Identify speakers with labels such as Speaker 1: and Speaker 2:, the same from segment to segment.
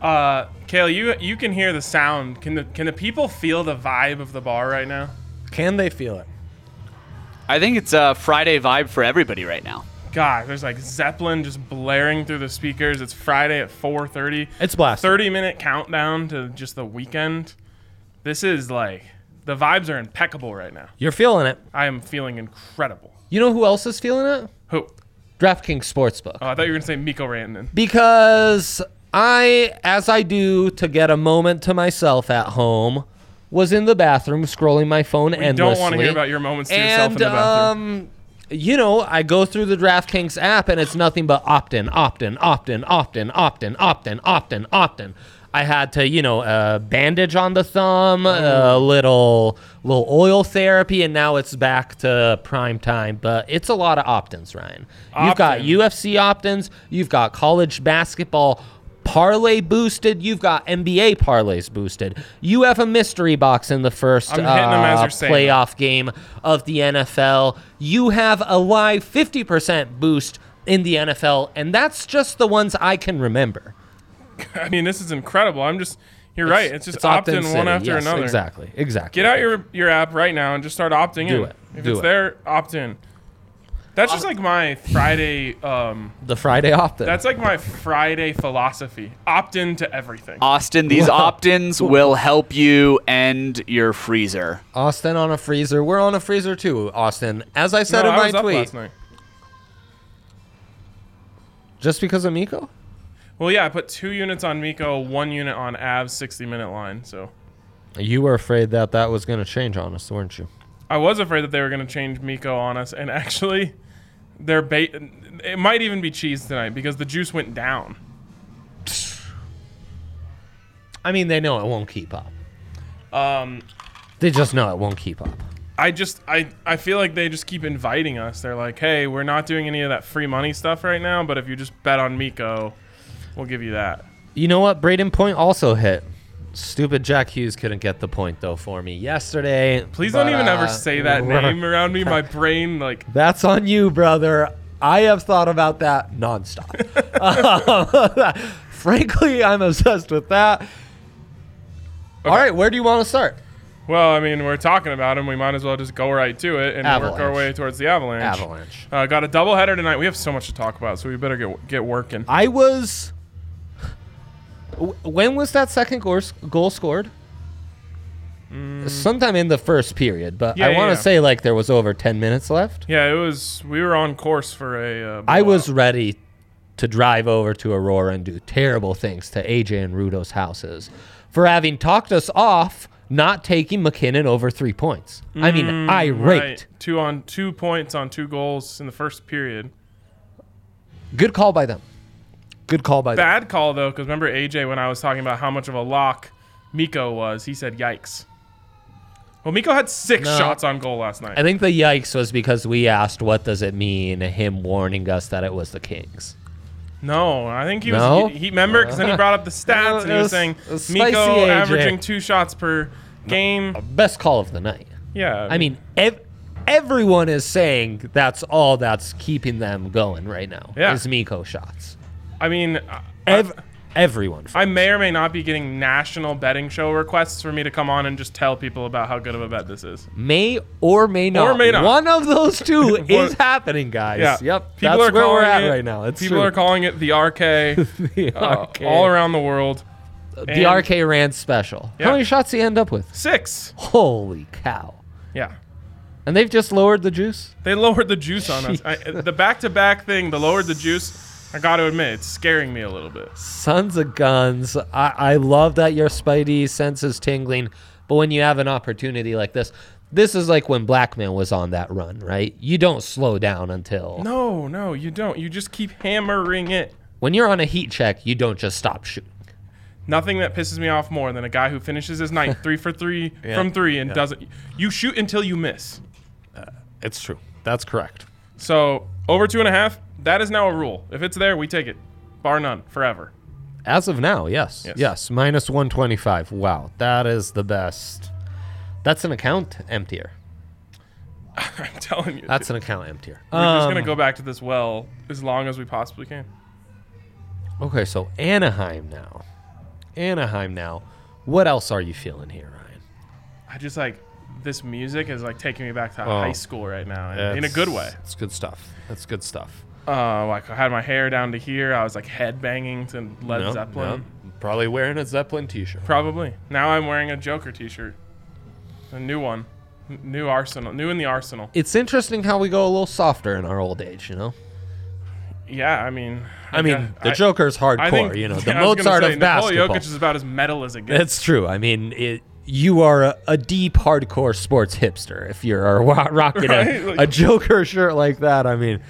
Speaker 1: Uh, Kale, you you can hear the sound. Can the can the people feel the vibe of the bar right now?
Speaker 2: Can they feel it?
Speaker 3: I think it's a Friday vibe for everybody right now.
Speaker 1: God, there's like Zeppelin just blaring through the speakers. It's Friday at 4:30.
Speaker 2: It's blasting.
Speaker 1: 30 minute countdown to just the weekend. This is like the vibes are impeccable right now.
Speaker 2: You're feeling it.
Speaker 1: I am feeling incredible.
Speaker 2: You know who else is feeling it?
Speaker 1: Who?
Speaker 2: DraftKings Sportsbook.
Speaker 1: Oh, I thought you were gonna say Miko Rantanen.
Speaker 2: because I, as I do to get a moment to myself at home, was in the bathroom scrolling my phone
Speaker 1: I
Speaker 2: endlessly.
Speaker 1: don't want to hear about your moments to yourself
Speaker 2: and
Speaker 1: in the bathroom.
Speaker 2: um, you know, I go through the DraftKings app and it's nothing but opt-in, opt-in, opt-in, opt-in, opt-in, opt-in, opt-in, opt-in. I had to, you know, a bandage on the thumb,
Speaker 1: Oh.
Speaker 2: a little little oil therapy, and now it's back to prime time. But it's a lot of opt-ins, Ryan. You've got
Speaker 1: Opt-in.
Speaker 2: UFC opt-ins, you've got college basketball parlay boosted, you've got NBA parlays boosted. You have a mystery box in the 1st
Speaker 1: I'm hitting 'em as
Speaker 2: uh,
Speaker 1: you're saying it.
Speaker 2: playoff playoff game of the NFL. You have a live 50% boost in the NFL, and that's just the ones I can remember. um,
Speaker 1: I mean, this is incredible. I'm just. You're right. It's just opt-in
Speaker 2: opt-in
Speaker 1: one
Speaker 2: city.
Speaker 1: after
Speaker 2: Yes,
Speaker 1: another.
Speaker 2: Exactly. Exactly.
Speaker 1: Get out your your app right now and just start opting
Speaker 2: Do
Speaker 1: in.
Speaker 2: it.
Speaker 1: If
Speaker 2: Do
Speaker 1: it's
Speaker 2: it.
Speaker 1: there, opt in. That's just like my Friday. Um,
Speaker 2: the Friday off then.
Speaker 1: that's like my Friday philosophy. Opt in to everything.
Speaker 3: Austin, these opt-ins will help you end your freezer.
Speaker 2: Austin on a freezer. We're on a freezer too, Austin. As I said
Speaker 1: no,
Speaker 2: in
Speaker 1: I
Speaker 2: my
Speaker 1: was up
Speaker 2: tweet,
Speaker 1: last night.
Speaker 2: just because of Miko?
Speaker 1: Well, yeah, I put two units on Miko, one unit on Av's 60 minute line. So
Speaker 2: You were afraid that that was going to change on us, weren't you?
Speaker 1: I was afraid that they were going to change Miko on us, and actually, their bait. It might even be cheese tonight because the juice went down.
Speaker 2: I mean, they know it won't keep up.
Speaker 1: Um,
Speaker 2: They just know it won't keep up.
Speaker 1: I just I, I feel like they just keep inviting us. They're like, hey, we're not doing any of that free money stuff right now, but if you just bet on Miko, we'll give you that.
Speaker 2: You know what? Braden Point also hit. Stupid Jack Hughes couldn't get the point though for me yesterday.
Speaker 1: Please
Speaker 2: but,
Speaker 1: don't even
Speaker 2: uh,
Speaker 1: ever say that name around me. My brain like
Speaker 2: That's on you, brother. I have thought about that nonstop. Um, frankly, I'm obsessed with that. All right, where do you want to start?
Speaker 1: well, I mean, we're talking about him. We might as well just go right to it and work our
Speaker 2: Avalanche.
Speaker 1: way towards the Avalanche.
Speaker 2: Avalanche.
Speaker 1: Uh, got a doubleheader tonight. We have so much to talk about, so we better get get working.
Speaker 2: I was. W- When was that second goal, goal scored? Sometime in the first period, but
Speaker 1: Mm. Yeah,
Speaker 2: I
Speaker 1: yeah,
Speaker 2: want to
Speaker 1: yeah.
Speaker 2: say like there was over 10 minutes left.
Speaker 1: Yeah, it was. We were on course for a. Uh,
Speaker 2: I
Speaker 1: blowout.
Speaker 2: was ready to drive over to Aurora and do terrible things to AJ and Rudo's houses for having talked us off not taking McKinnon over three points. I mean, irate.
Speaker 1: Mm, right. Two on two points on two goals in the first period.
Speaker 2: Good call by them. Good call by them.
Speaker 1: Bad call though, because remember AJ when I was talking about how much of a lock Miko was, he said yikes. Well, Miko had six
Speaker 2: No.
Speaker 1: shots on goal last night.
Speaker 2: I think the yikes was because we asked, what does it mean, him warning us that it was the Kings.
Speaker 1: no, I think he
Speaker 2: No?
Speaker 1: was. He, he remember because then he brought up the
Speaker 2: No,
Speaker 1: stats and
Speaker 2: it
Speaker 1: he
Speaker 2: was-
Speaker 1: was saying
Speaker 2: it was
Speaker 1: Miko
Speaker 2: spicy AJ.
Speaker 1: averaging two shots per game.
Speaker 2: Best call of the night.
Speaker 1: Yeah,
Speaker 2: I mean, ev- everyone is saying that's all that's keeping them going right now
Speaker 1: Yeah.
Speaker 2: is Miko shots.
Speaker 1: I mean, I-
Speaker 2: Ev- everyone.
Speaker 1: I may or may not be getting national betting show requests for me to come on and just tell people about how good of a bet this is.
Speaker 2: May or may not.
Speaker 1: Or may not.
Speaker 2: One of those two is
Speaker 1: One-
Speaker 2: happening, guys.
Speaker 1: Yeah.
Speaker 2: Yep. that's where we're
Speaker 1: calling
Speaker 2: at
Speaker 1: it-
Speaker 2: right now. It's
Speaker 1: people
Speaker 2: true.
Speaker 1: are calling it the RK,
Speaker 2: the
Speaker 1: uh,
Speaker 2: RK,
Speaker 1: all around the world.
Speaker 2: the RK Rand special. How
Speaker 1: Yeah.
Speaker 2: many shots he end up with?
Speaker 1: Six.
Speaker 2: Holy cow!
Speaker 1: Yeah.
Speaker 2: And they've just lowered the juice.
Speaker 1: They lowered the juice on us. I, the back-to-back thing, the lowered the juice. I got to admit, it's scaring me a little bit.
Speaker 2: Sons of guns. I, I love that your Spidey sense is tingling, but when you have an opportunity like this, this is like when Blackman was on that run, right? You don't slow down until
Speaker 1: No, no, you don't. You just keep hammering it.
Speaker 2: when you're on a heat check. You don't just stop shooting.
Speaker 1: Nothing that pisses me off more than a guy who finishes his night three for three
Speaker 2: Yeah.
Speaker 1: from three and doesn't. You shoot until you miss.
Speaker 2: It's true. That's correct.
Speaker 1: So over two and a half. That is now a rule. If it's there, we take it, bar none, forever.
Speaker 2: As of now, yes. Yes.
Speaker 1: Yes.
Speaker 2: minus 125. Wow. That is the best. That's an account emptier.
Speaker 1: I'm telling you.
Speaker 2: That's an account emptier.
Speaker 1: We're just
Speaker 2: Um,
Speaker 1: gonna go back to this well as long as we possibly can.
Speaker 2: Okay, so Anaheim now. Anaheim now. What else are you feeling here, Ryan?
Speaker 1: I just like this music is like taking me back to
Speaker 2: Oh.
Speaker 1: high school right now and in a good way.
Speaker 2: It's good stuff. That's good stuff.
Speaker 1: Uh, like I had my hair down to here. I was like head banging to Led
Speaker 2: No,
Speaker 1: Zeppelin.
Speaker 2: no. Probably wearing a Zeppelin t-shirt.
Speaker 1: Probably. Now I'm wearing a Joker T-shirt, a new one, N- new Arsenal, new in the Arsenal.
Speaker 2: It's interesting how we go a little softer in our old age, you know?
Speaker 1: Yeah, I mean,
Speaker 2: I mean,
Speaker 1: guess-
Speaker 2: the
Speaker 1: I-
Speaker 2: Joker's hardcore,
Speaker 1: I think-
Speaker 2: you know, the
Speaker 1: yeah, I was gonna
Speaker 2: Mozart
Speaker 1: say,
Speaker 2: of
Speaker 1: Nikola
Speaker 2: basketball.
Speaker 1: Jokic is about as metal as it gets.
Speaker 2: That's true. I mean, it, you are a, a deep hardcore sports hipster if you're a, wa- rocking
Speaker 1: Right?
Speaker 2: a,
Speaker 1: Like-
Speaker 2: a Joker shirt like that. I mean,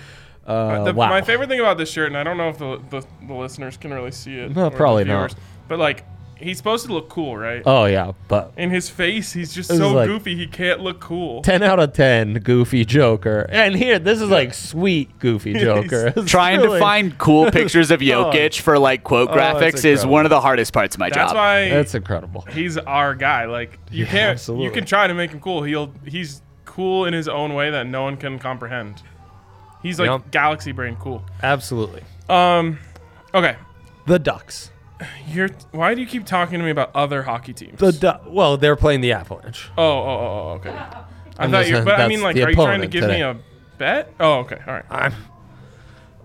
Speaker 2: uh,
Speaker 1: The-
Speaker 2: wow.
Speaker 1: My favorite thing about this shirt, and I don't know if the the, the listeners can really see it.
Speaker 2: No,
Speaker 1: or the
Speaker 2: probably not.
Speaker 1: viewers, But like, he's supposed to look cool, right?
Speaker 2: oh yeah, but
Speaker 1: In his face, he's just
Speaker 2: This
Speaker 1: so
Speaker 2: is like-
Speaker 1: goofy he can't look cool.
Speaker 2: ten out of ten, Goofy Joker. And here, this is like sweet Goofy Joker. It's
Speaker 3: Trying to
Speaker 2: really-
Speaker 3: find cool pictures of Jokic for like quote
Speaker 2: Oh, that's
Speaker 3: graphics is
Speaker 2: incredible.
Speaker 3: one of the hardest parts of my
Speaker 1: That's
Speaker 3: job.
Speaker 1: why
Speaker 2: That's incredible.
Speaker 1: he's our guy. Like you
Speaker 2: Yeah,
Speaker 1: can't, you
Speaker 2: absolutely.
Speaker 1: can try to make him cool. He'll he's cool in his own way that no one can comprehend. He's like
Speaker 2: Yep.
Speaker 1: galaxy brain cool.
Speaker 2: Absolutely.
Speaker 1: Okay,
Speaker 2: The Ducks.
Speaker 1: you're. Why do you keep talking to me about other hockey teams?
Speaker 2: The du- well, they're playing the Avalanche.
Speaker 1: oh, oh, oh, oh, okay. I
Speaker 2: I'm
Speaker 1: thought
Speaker 2: just
Speaker 1: you.
Speaker 2: saying
Speaker 1: But I
Speaker 2: that's
Speaker 1: mean, like,
Speaker 2: the
Speaker 1: are you trying to
Speaker 2: opponent
Speaker 1: give me
Speaker 2: today.
Speaker 1: a bet? Oh, okay. All right.
Speaker 2: I'm,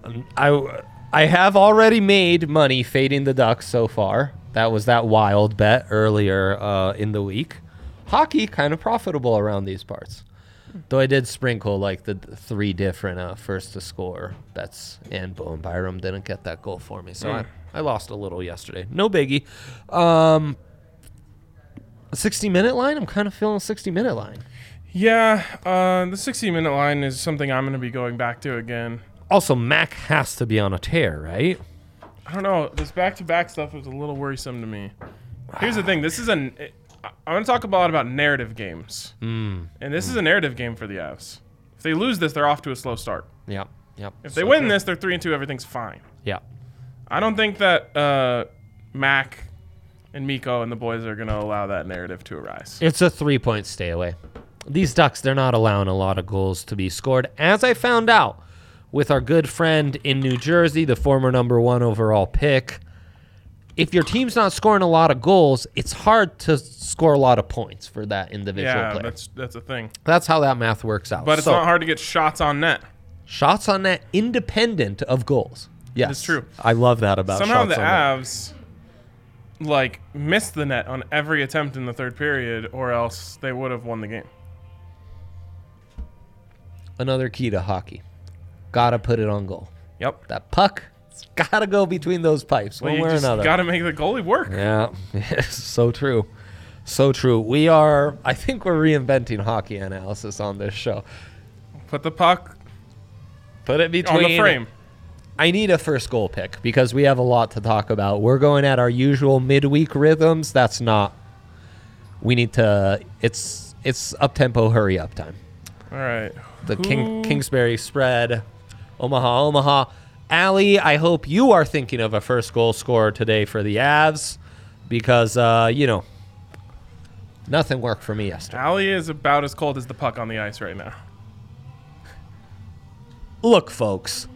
Speaker 2: I'm- I I have already made money fading the Ducks so far. That was that wild bet earlier uh, in the week. Hockey kind of profitable around these parts, though I did sprinkle like the th- three different uh, first to score bets, and Bowen Byram didn't get that goal for me, so I, I lost a little yesterday. No biggie. Um, a 60 minute line. I'm kind of feeling 60 minute line.
Speaker 1: Yeah, uh, the 60 minute line is something I'm going to be going back to again.
Speaker 2: Also, Mac has to be on a tear, right?
Speaker 1: I don't know. This back to back stuff is a little worrisome to me. Here's the thing this is an. I- I'm going to talk a lot about narrative games.
Speaker 2: Hmm.
Speaker 1: And this is a narrative game for the Avs. If they lose this, they're off to a slow start.
Speaker 2: Yep. Yep.
Speaker 1: If they win this, they're 3 and 2, everything's fine.
Speaker 2: Yeah.
Speaker 1: I don't think that uh, Mac and Miko and the boys are going to allow that narrative to arise.
Speaker 2: It's a three point stay away. These Ducks, they're not allowing a lot of goals to be scored, as I found out with our good friend in New Jersey, the former number one overall pick. If your team's not scoring a lot of goals, it's hard to score a lot of points for that individual
Speaker 1: Yeah,
Speaker 2: player. That's,
Speaker 1: that's that's a thing.
Speaker 2: how that math works out.
Speaker 1: But it's
Speaker 2: So,
Speaker 1: not hard to get shots on net.
Speaker 2: Shots on net independent of goals. Yes.
Speaker 1: is true.
Speaker 2: I love that about
Speaker 1: somehow
Speaker 2: Uh, shots
Speaker 1: the
Speaker 2: on net.
Speaker 1: Avs like missed the net on every attempt in the third period, or else they would have won the game.
Speaker 2: Another key to hockey. Gotta put it on goal.
Speaker 1: Yep.
Speaker 2: That puck, it's gotta go between those pipes
Speaker 1: Well,
Speaker 2: one
Speaker 1: you
Speaker 2: way or
Speaker 1: just
Speaker 2: another.
Speaker 1: gotta make the goalie work.
Speaker 2: Yeah, so true. So true. We are, I think we're reinventing hockey analysis on this show.
Speaker 1: Put the puck
Speaker 2: Put it
Speaker 1: on
Speaker 2: between.
Speaker 1: the frame.
Speaker 2: I need a first goal pick because we have a lot to talk about. We're going at our usual midweek rhythms. That's not. We need to. It's it's up tempo, hurry up time.
Speaker 1: All right.
Speaker 2: The King,
Speaker 1: Who-
Speaker 2: Kingsbury spread, Omaha, Omaha. Allie, I hope you are thinking of a first goal scorer today for the Avs because uh, you know nothing worked for me yesterday.
Speaker 1: Alley is about as cold as the puck on the ice right now.
Speaker 2: look, folks,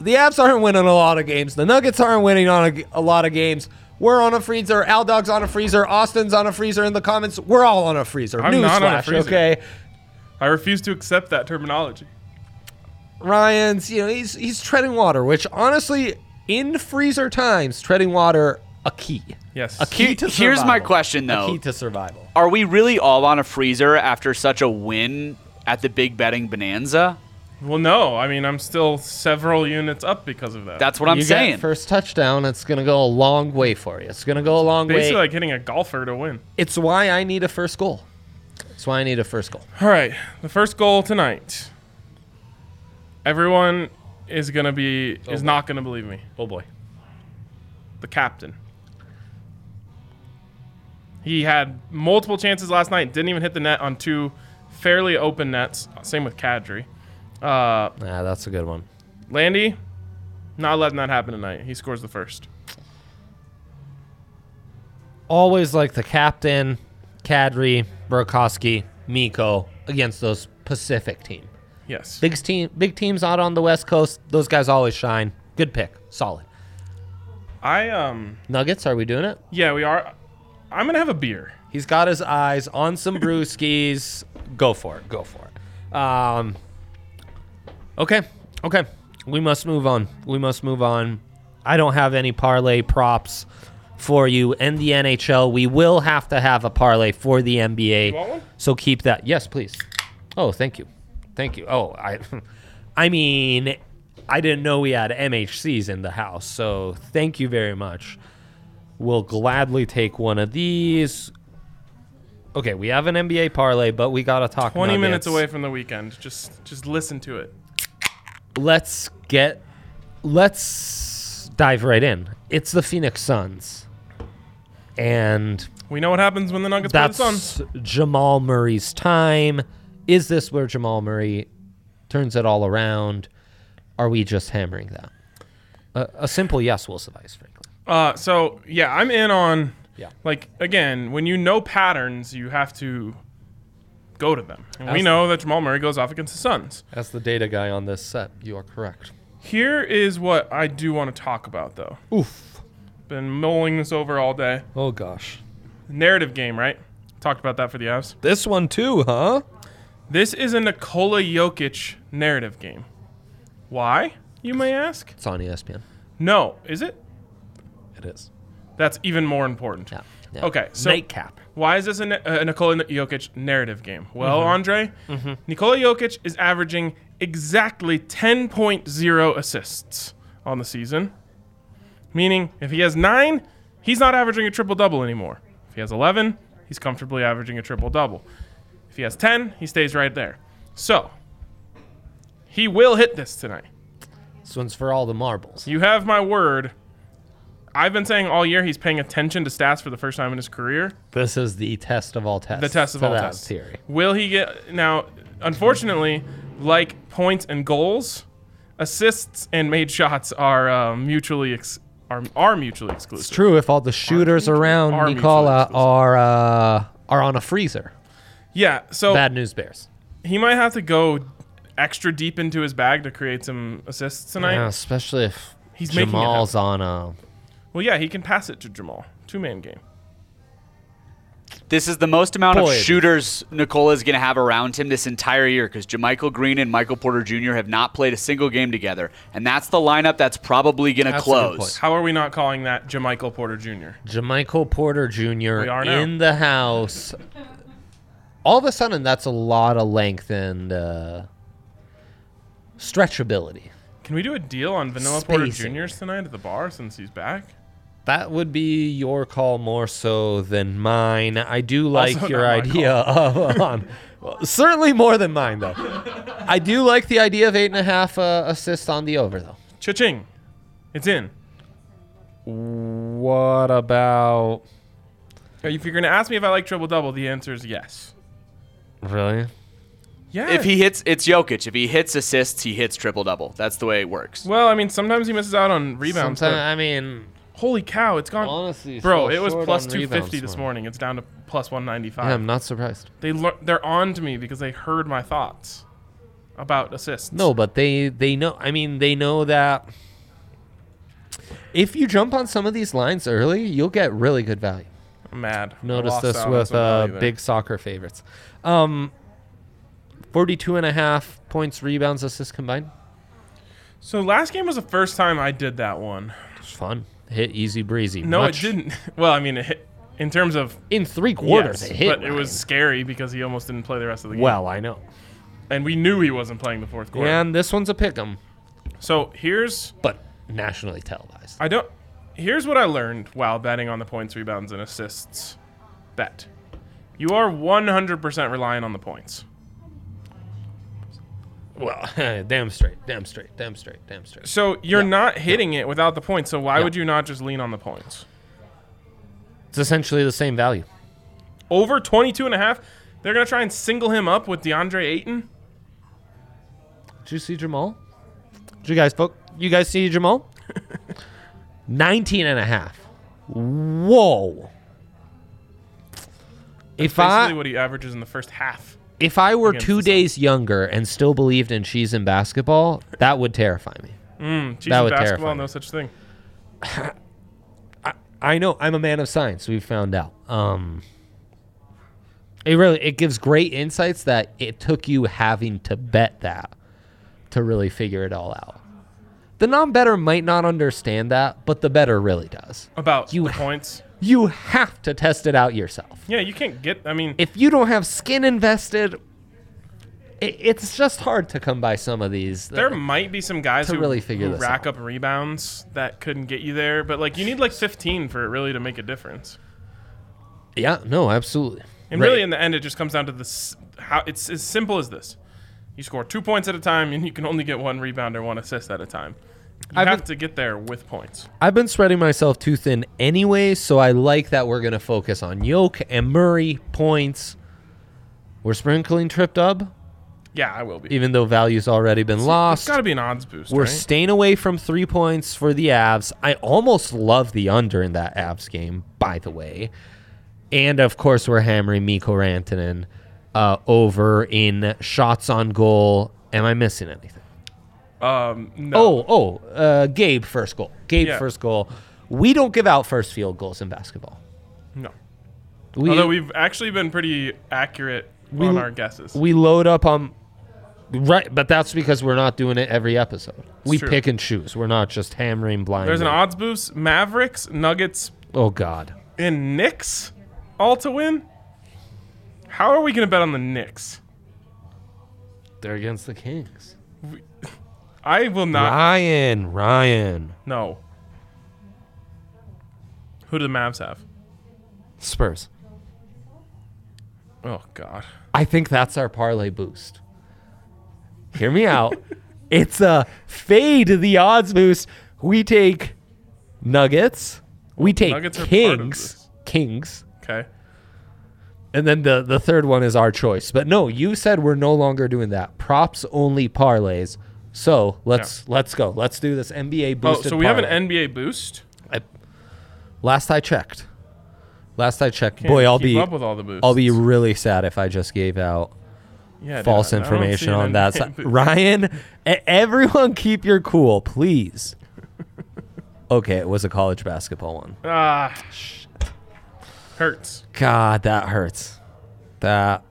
Speaker 2: the Avs aren't winning a lot of games. The Nuggets aren't winning on a, a lot of games. We're on a freezer. Al Dog's on a freezer. Austin's on a freezer in the comments. We're all on a freezer.
Speaker 1: I'm not on a
Speaker 2: Newsflash,
Speaker 1: freezer.
Speaker 2: okay?
Speaker 1: I refuse to accept that terminology.
Speaker 2: Ryan's, you know, he's he's treading water, which honestly, in freezer times, treading water a key.
Speaker 1: Yes.
Speaker 2: A key
Speaker 3: Here-
Speaker 2: to survival.
Speaker 3: here's my question,
Speaker 2: A
Speaker 3: though.
Speaker 2: key to survival.
Speaker 3: Are we really all on a freezer after such a win at the big betting bonanza?
Speaker 1: Well, no. I mean, I'm still several units up because of that.
Speaker 3: That's what I'm
Speaker 2: you
Speaker 3: saying.
Speaker 2: Get first touchdown, it's gonna go a long way for you. It's gonna go a long way.
Speaker 1: basically like hitting a golfer to win.
Speaker 2: it's why I need a first goal. It's why I need a first goal.
Speaker 1: All right, the first goal tonight. Everyone is gonna be is not gonna believe me.
Speaker 2: Oh boy.
Speaker 1: The captain. He had multiple chances last night. Didn't even hit the net on two fairly open nets. Same with Kadri. Uh,
Speaker 2: Yeah, that's a good one.
Speaker 1: Landy, not letting that happen tonight. He scores the first.
Speaker 2: Always like the captain, Kadri, Burkowski, Miko against those Pacific team.
Speaker 1: Yes.
Speaker 2: Big team, big teams out on the West Coast. Those guys always shine. Good pick, solid.
Speaker 1: I um
Speaker 2: Nuggets, are we doing it?
Speaker 1: yeah, we are I'm gonna have a beer.
Speaker 2: He's got his eyes on some brewskis. Go for it. Go for it. Um, okay. Okay. We must move on. We must move on. I don't have any parlay props for you in the NHL. We will have to have a parlay for the NBA.
Speaker 1: You want one?
Speaker 2: So keep that. Yes, please. Oh, thank you. Thank you. Oh, I I mean, I didn't know we had MHCs in the house. So, thank you very much. We'll gladly take one of these. Okay, we have an NBA parlay, but we got to talk
Speaker 1: Twenty minutes
Speaker 2: Nuggets.
Speaker 1: away from the weekend. Just just listen to it.
Speaker 2: Let's get let's dive right in. It's the Phoenix Suns. And
Speaker 1: We know what happens when the Nuggets play the Suns.
Speaker 2: That's Jamal Murray's time. Is this where Jamal Murray turns it all around? Are we just hammering that? A, a simple yes will suffice, frankly.
Speaker 1: Uh, so yeah, I'm in on.
Speaker 2: Yeah.
Speaker 1: Like again, when you know patterns, you have to go to them. And we
Speaker 2: As-
Speaker 1: know that Jamal Murray goes off against the Suns.
Speaker 2: As the data guy on this set, you are correct.
Speaker 1: Here is what I do want to talk about, though.
Speaker 2: Oof.
Speaker 1: Been mulling this over all day.
Speaker 2: Oh gosh.
Speaker 1: Narrative game, right? Talked about that for the Avs.
Speaker 2: This one too, huh?
Speaker 1: This is a Nikola Jokic narrative game. Why, you may ask?
Speaker 2: It's on E ESPN.
Speaker 1: No, is it?
Speaker 2: It is.
Speaker 1: That's even more important.
Speaker 2: Yeah.
Speaker 1: Okay, so-
Speaker 2: nightcap.
Speaker 1: Why is this a, Na- a Nikola Jokic narrative game? Well, Andre, Nikola Jokic is averaging exactly 10.0 assists on the season, meaning if he has nine, he's not averaging a triple double anymore. If he has 11, he's comfortably averaging a triple double. If he has 10, he stays right there. So, he will hit this tonight.
Speaker 2: This one's for all the marbles.
Speaker 1: You have my word. I've been saying all year he's paying attention to stats for the first time in his career.
Speaker 2: This is the test of all tests.
Speaker 1: the test of
Speaker 2: to
Speaker 1: all
Speaker 2: that
Speaker 1: tests.
Speaker 2: Theory.
Speaker 1: Will he get now? Unfortunately, like points and goals, assists and made shots are uh, mutually ex- are, are mutually exclusive.
Speaker 2: It's true if all the shooters around
Speaker 1: Army
Speaker 2: Nicola
Speaker 1: flags.
Speaker 2: are uh, are on a freezer.
Speaker 1: Yeah, so
Speaker 2: Bad news bears.
Speaker 1: he might have to go extra deep into his bag to create some assists tonight.
Speaker 2: Yeah, especially if
Speaker 1: He's making it
Speaker 2: Jamal's on a.
Speaker 1: Well, yeah, he can pass it to Jamal. Two man game.
Speaker 3: This is the most amount
Speaker 2: Boy.
Speaker 3: of shooters Nicola is going to have around him this entire year because Jamichael Green and Michael Porter Jr. have not played a single game together, and that's the lineup that's probably going to
Speaker 2: That's a good
Speaker 3: close.
Speaker 1: How are we not calling that Jamichael Porter Jr.?
Speaker 2: Jamichael Porter Jr.
Speaker 1: are now.
Speaker 2: in the house. All of a sudden, that's a lot of length and uh, stretchability.
Speaker 1: Can we do a deal on Vanilla
Speaker 2: Spacing.
Speaker 1: Porter Jr.'s tonight at the bar since he's back?
Speaker 2: That would be your call more so than mine. I do like
Speaker 1: Also
Speaker 2: your
Speaker 1: not my
Speaker 2: idea of um, well, certainly more than mine though. I do like the idea of eight and a half uh, assists on the over though.
Speaker 1: Cha-ching. It's in.
Speaker 2: What about
Speaker 1: If you're going to ask me if I like triple double, the answer is yes.
Speaker 2: really?
Speaker 1: Yeah.
Speaker 3: If he hits, it's Jokic. If he hits assists, he hits triple double. That's the way it works.
Speaker 1: Well, I mean, sometimes he misses out on rebounds.
Speaker 2: Sometimes I mean,
Speaker 1: but holy cow, it's gone.
Speaker 2: honestly,
Speaker 1: Bro,
Speaker 2: so
Speaker 1: it was
Speaker 2: short
Speaker 1: plus
Speaker 2: on
Speaker 1: 250
Speaker 2: rebounds,
Speaker 1: this
Speaker 2: man.
Speaker 1: morning. It's down to plus 195.
Speaker 2: Yeah, I'm not surprised.
Speaker 1: They lear- they're on to me because they heard my thoughts about assists.
Speaker 2: No, but they they know. I mean, they know that if you jump on some of these lines early, you'll get really good value.
Speaker 1: I'm mad. I
Speaker 2: Notice
Speaker 1: lost
Speaker 2: this
Speaker 1: out on
Speaker 2: with
Speaker 1: some
Speaker 2: uh,
Speaker 1: value there.
Speaker 2: big soccer favorites. Um, 42 and a half points, rebounds, assists combined.
Speaker 1: So last game was the first time I did that one.
Speaker 2: It's fun. Hit easy breezy.
Speaker 1: No,
Speaker 2: Much-
Speaker 1: it didn't. Well, I mean, it hit, in terms of
Speaker 2: In three quarters,
Speaker 1: yes,
Speaker 2: it hit.
Speaker 1: but it
Speaker 2: Ryan.
Speaker 1: was scary because he almost didn't play the rest of the game.
Speaker 2: well, I know.
Speaker 1: and we knew he wasn't playing the fourth quarter.
Speaker 2: And this one's a pick 'em,
Speaker 1: So here's
Speaker 2: but nationally televised.
Speaker 1: I don't. Here's what I learned while betting on the points, rebounds, and assists bet. You are 100% relying on the points.
Speaker 2: Well, damn straight, damn straight, damn straight, damn straight.
Speaker 1: So you're not hitting it without the points. So why would you not just lean on the points?
Speaker 2: It's essentially the same value.
Speaker 1: Over 22 and a half, they're going to try and single him up with DeAndre Ayton.
Speaker 2: Did you see Jamal? Did you guys folk you guys see Jamal? 19 and a half. Whoa. If
Speaker 1: Basically,
Speaker 2: I
Speaker 1: what he averages in the first half.
Speaker 2: if I were
Speaker 1: against
Speaker 2: two
Speaker 1: the Suns.
Speaker 2: days younger and still believed in cheese and basketball, that would terrify me.
Speaker 1: Mm, cheese
Speaker 2: That
Speaker 1: and basketball,
Speaker 2: would terrify me.
Speaker 1: no such thing.
Speaker 2: I know I'm a man of science. We've found out. Um, it really it gives great insights that it took you having to bet that to really figure it all out. The non-better might not understand that, but the better really does.
Speaker 1: About
Speaker 2: You-
Speaker 1: the points.
Speaker 2: You have to test it out yourself.
Speaker 1: Yeah, you can't get. I mean,
Speaker 2: If you don't have skin invested, it, it's just hard to come by some of these.
Speaker 1: there might be some guys
Speaker 2: to
Speaker 1: who
Speaker 2: really figure
Speaker 1: who
Speaker 2: this
Speaker 1: rack up rebounds that couldn't get you there, but like you need like 15 for it really to make a difference.
Speaker 2: yeah, no, absolutely.
Speaker 1: And
Speaker 2: Right.
Speaker 1: really, in the end, it just comes down to this: how it's as simple as this. You score two points at a time, and you can only get one rebound or one assist at a time. You
Speaker 2: I've
Speaker 1: have
Speaker 2: been-
Speaker 1: to get there with points.
Speaker 2: I've been spreading myself too thin anyway, so I like that we're going to focus on Yoke and Murray points. We're sprinkling Tripped Up,
Speaker 1: Yeah, I will be.
Speaker 2: even though value's already been
Speaker 1: It's
Speaker 2: lost.
Speaker 1: got to be an odds boost.
Speaker 2: We're
Speaker 1: right?
Speaker 2: staying away from three points for the Avs. I almost love the under in that Avs game, by the way. And of course, we're hammering Miko Rantanen uh, over in shots on goal. Am I missing anything?
Speaker 1: um, no.
Speaker 2: Oh, oh, uh, Gabe first goal. Gabe
Speaker 1: Yeah.
Speaker 2: first goal. We don't give out first field goals in basketball.
Speaker 1: no.
Speaker 2: We,
Speaker 1: Although we've actually been pretty accurate
Speaker 2: We-
Speaker 1: on our guesses.
Speaker 2: we load up on right, but that's because we're not doing it every episode. we
Speaker 1: true.
Speaker 2: pick and choose. We're not just hammering blind.
Speaker 1: There's an odds boost: Mavericks, Nuggets,
Speaker 2: oh God,
Speaker 1: and Knicks all to win. How are we going to bet on the Knicks?
Speaker 2: they're against the Kings.
Speaker 1: I will not.
Speaker 2: Ryan, Ryan,
Speaker 1: No. Who do the Mavs have?
Speaker 2: Spurs.
Speaker 1: Oh God.
Speaker 2: I think that's our parlay boost. Hear me out. It's a fade the odds boost. We take Nuggets. We take
Speaker 1: Nuggets are part of
Speaker 2: Kings.
Speaker 1: this.
Speaker 2: Kings.
Speaker 1: Okay.
Speaker 2: And then the, the third one is our choice. But no, you said we're no longer doing that. Props only parlays. So let's let's go. Let's do this NBA
Speaker 1: Oh,
Speaker 2: boosted.
Speaker 1: so we have
Speaker 2: parlay.
Speaker 1: an NBA boost.
Speaker 2: Last I checked. Last I checked.
Speaker 1: Can't
Speaker 2: Boy, I'll
Speaker 1: keep
Speaker 2: be
Speaker 1: up with all the boosts.
Speaker 2: I'll be really sad if I just gave out
Speaker 1: Yeah, dude,
Speaker 2: false
Speaker 1: I- I don't see
Speaker 2: information
Speaker 1: an
Speaker 2: on that.
Speaker 1: NBA
Speaker 2: side.
Speaker 1: boost.
Speaker 2: Ryan, e- everyone keep your cool, please. okay, it was a college basketball one.
Speaker 1: Ah, hurts.
Speaker 2: God, that hurts. That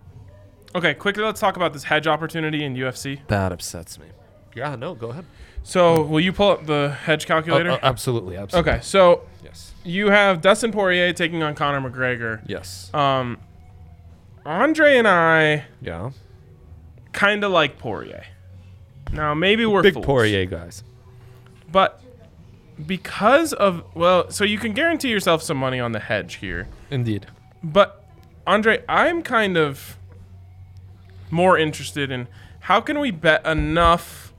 Speaker 1: Okay, quickly let's talk about this hedge opportunity in UFC.
Speaker 2: that upsets me. Yeah, no, go ahead. Uh,
Speaker 1: So, will you pull up the hedge calculator?
Speaker 2: absolutely, absolutely.
Speaker 1: okay, so
Speaker 2: Yes.
Speaker 1: you have Dustin Poirier taking on Conor McGregor.
Speaker 2: Yes.
Speaker 1: Um, Andre and I
Speaker 2: yeah.
Speaker 1: kind of like Poirier. Now maybe we're
Speaker 2: Big
Speaker 1: fools.
Speaker 2: Poirier guys.
Speaker 1: But because of well, so you can guarantee yourself some money on the hedge here.
Speaker 2: Indeed.
Speaker 1: But Andre, I'm kind of more interested in how can we bet enough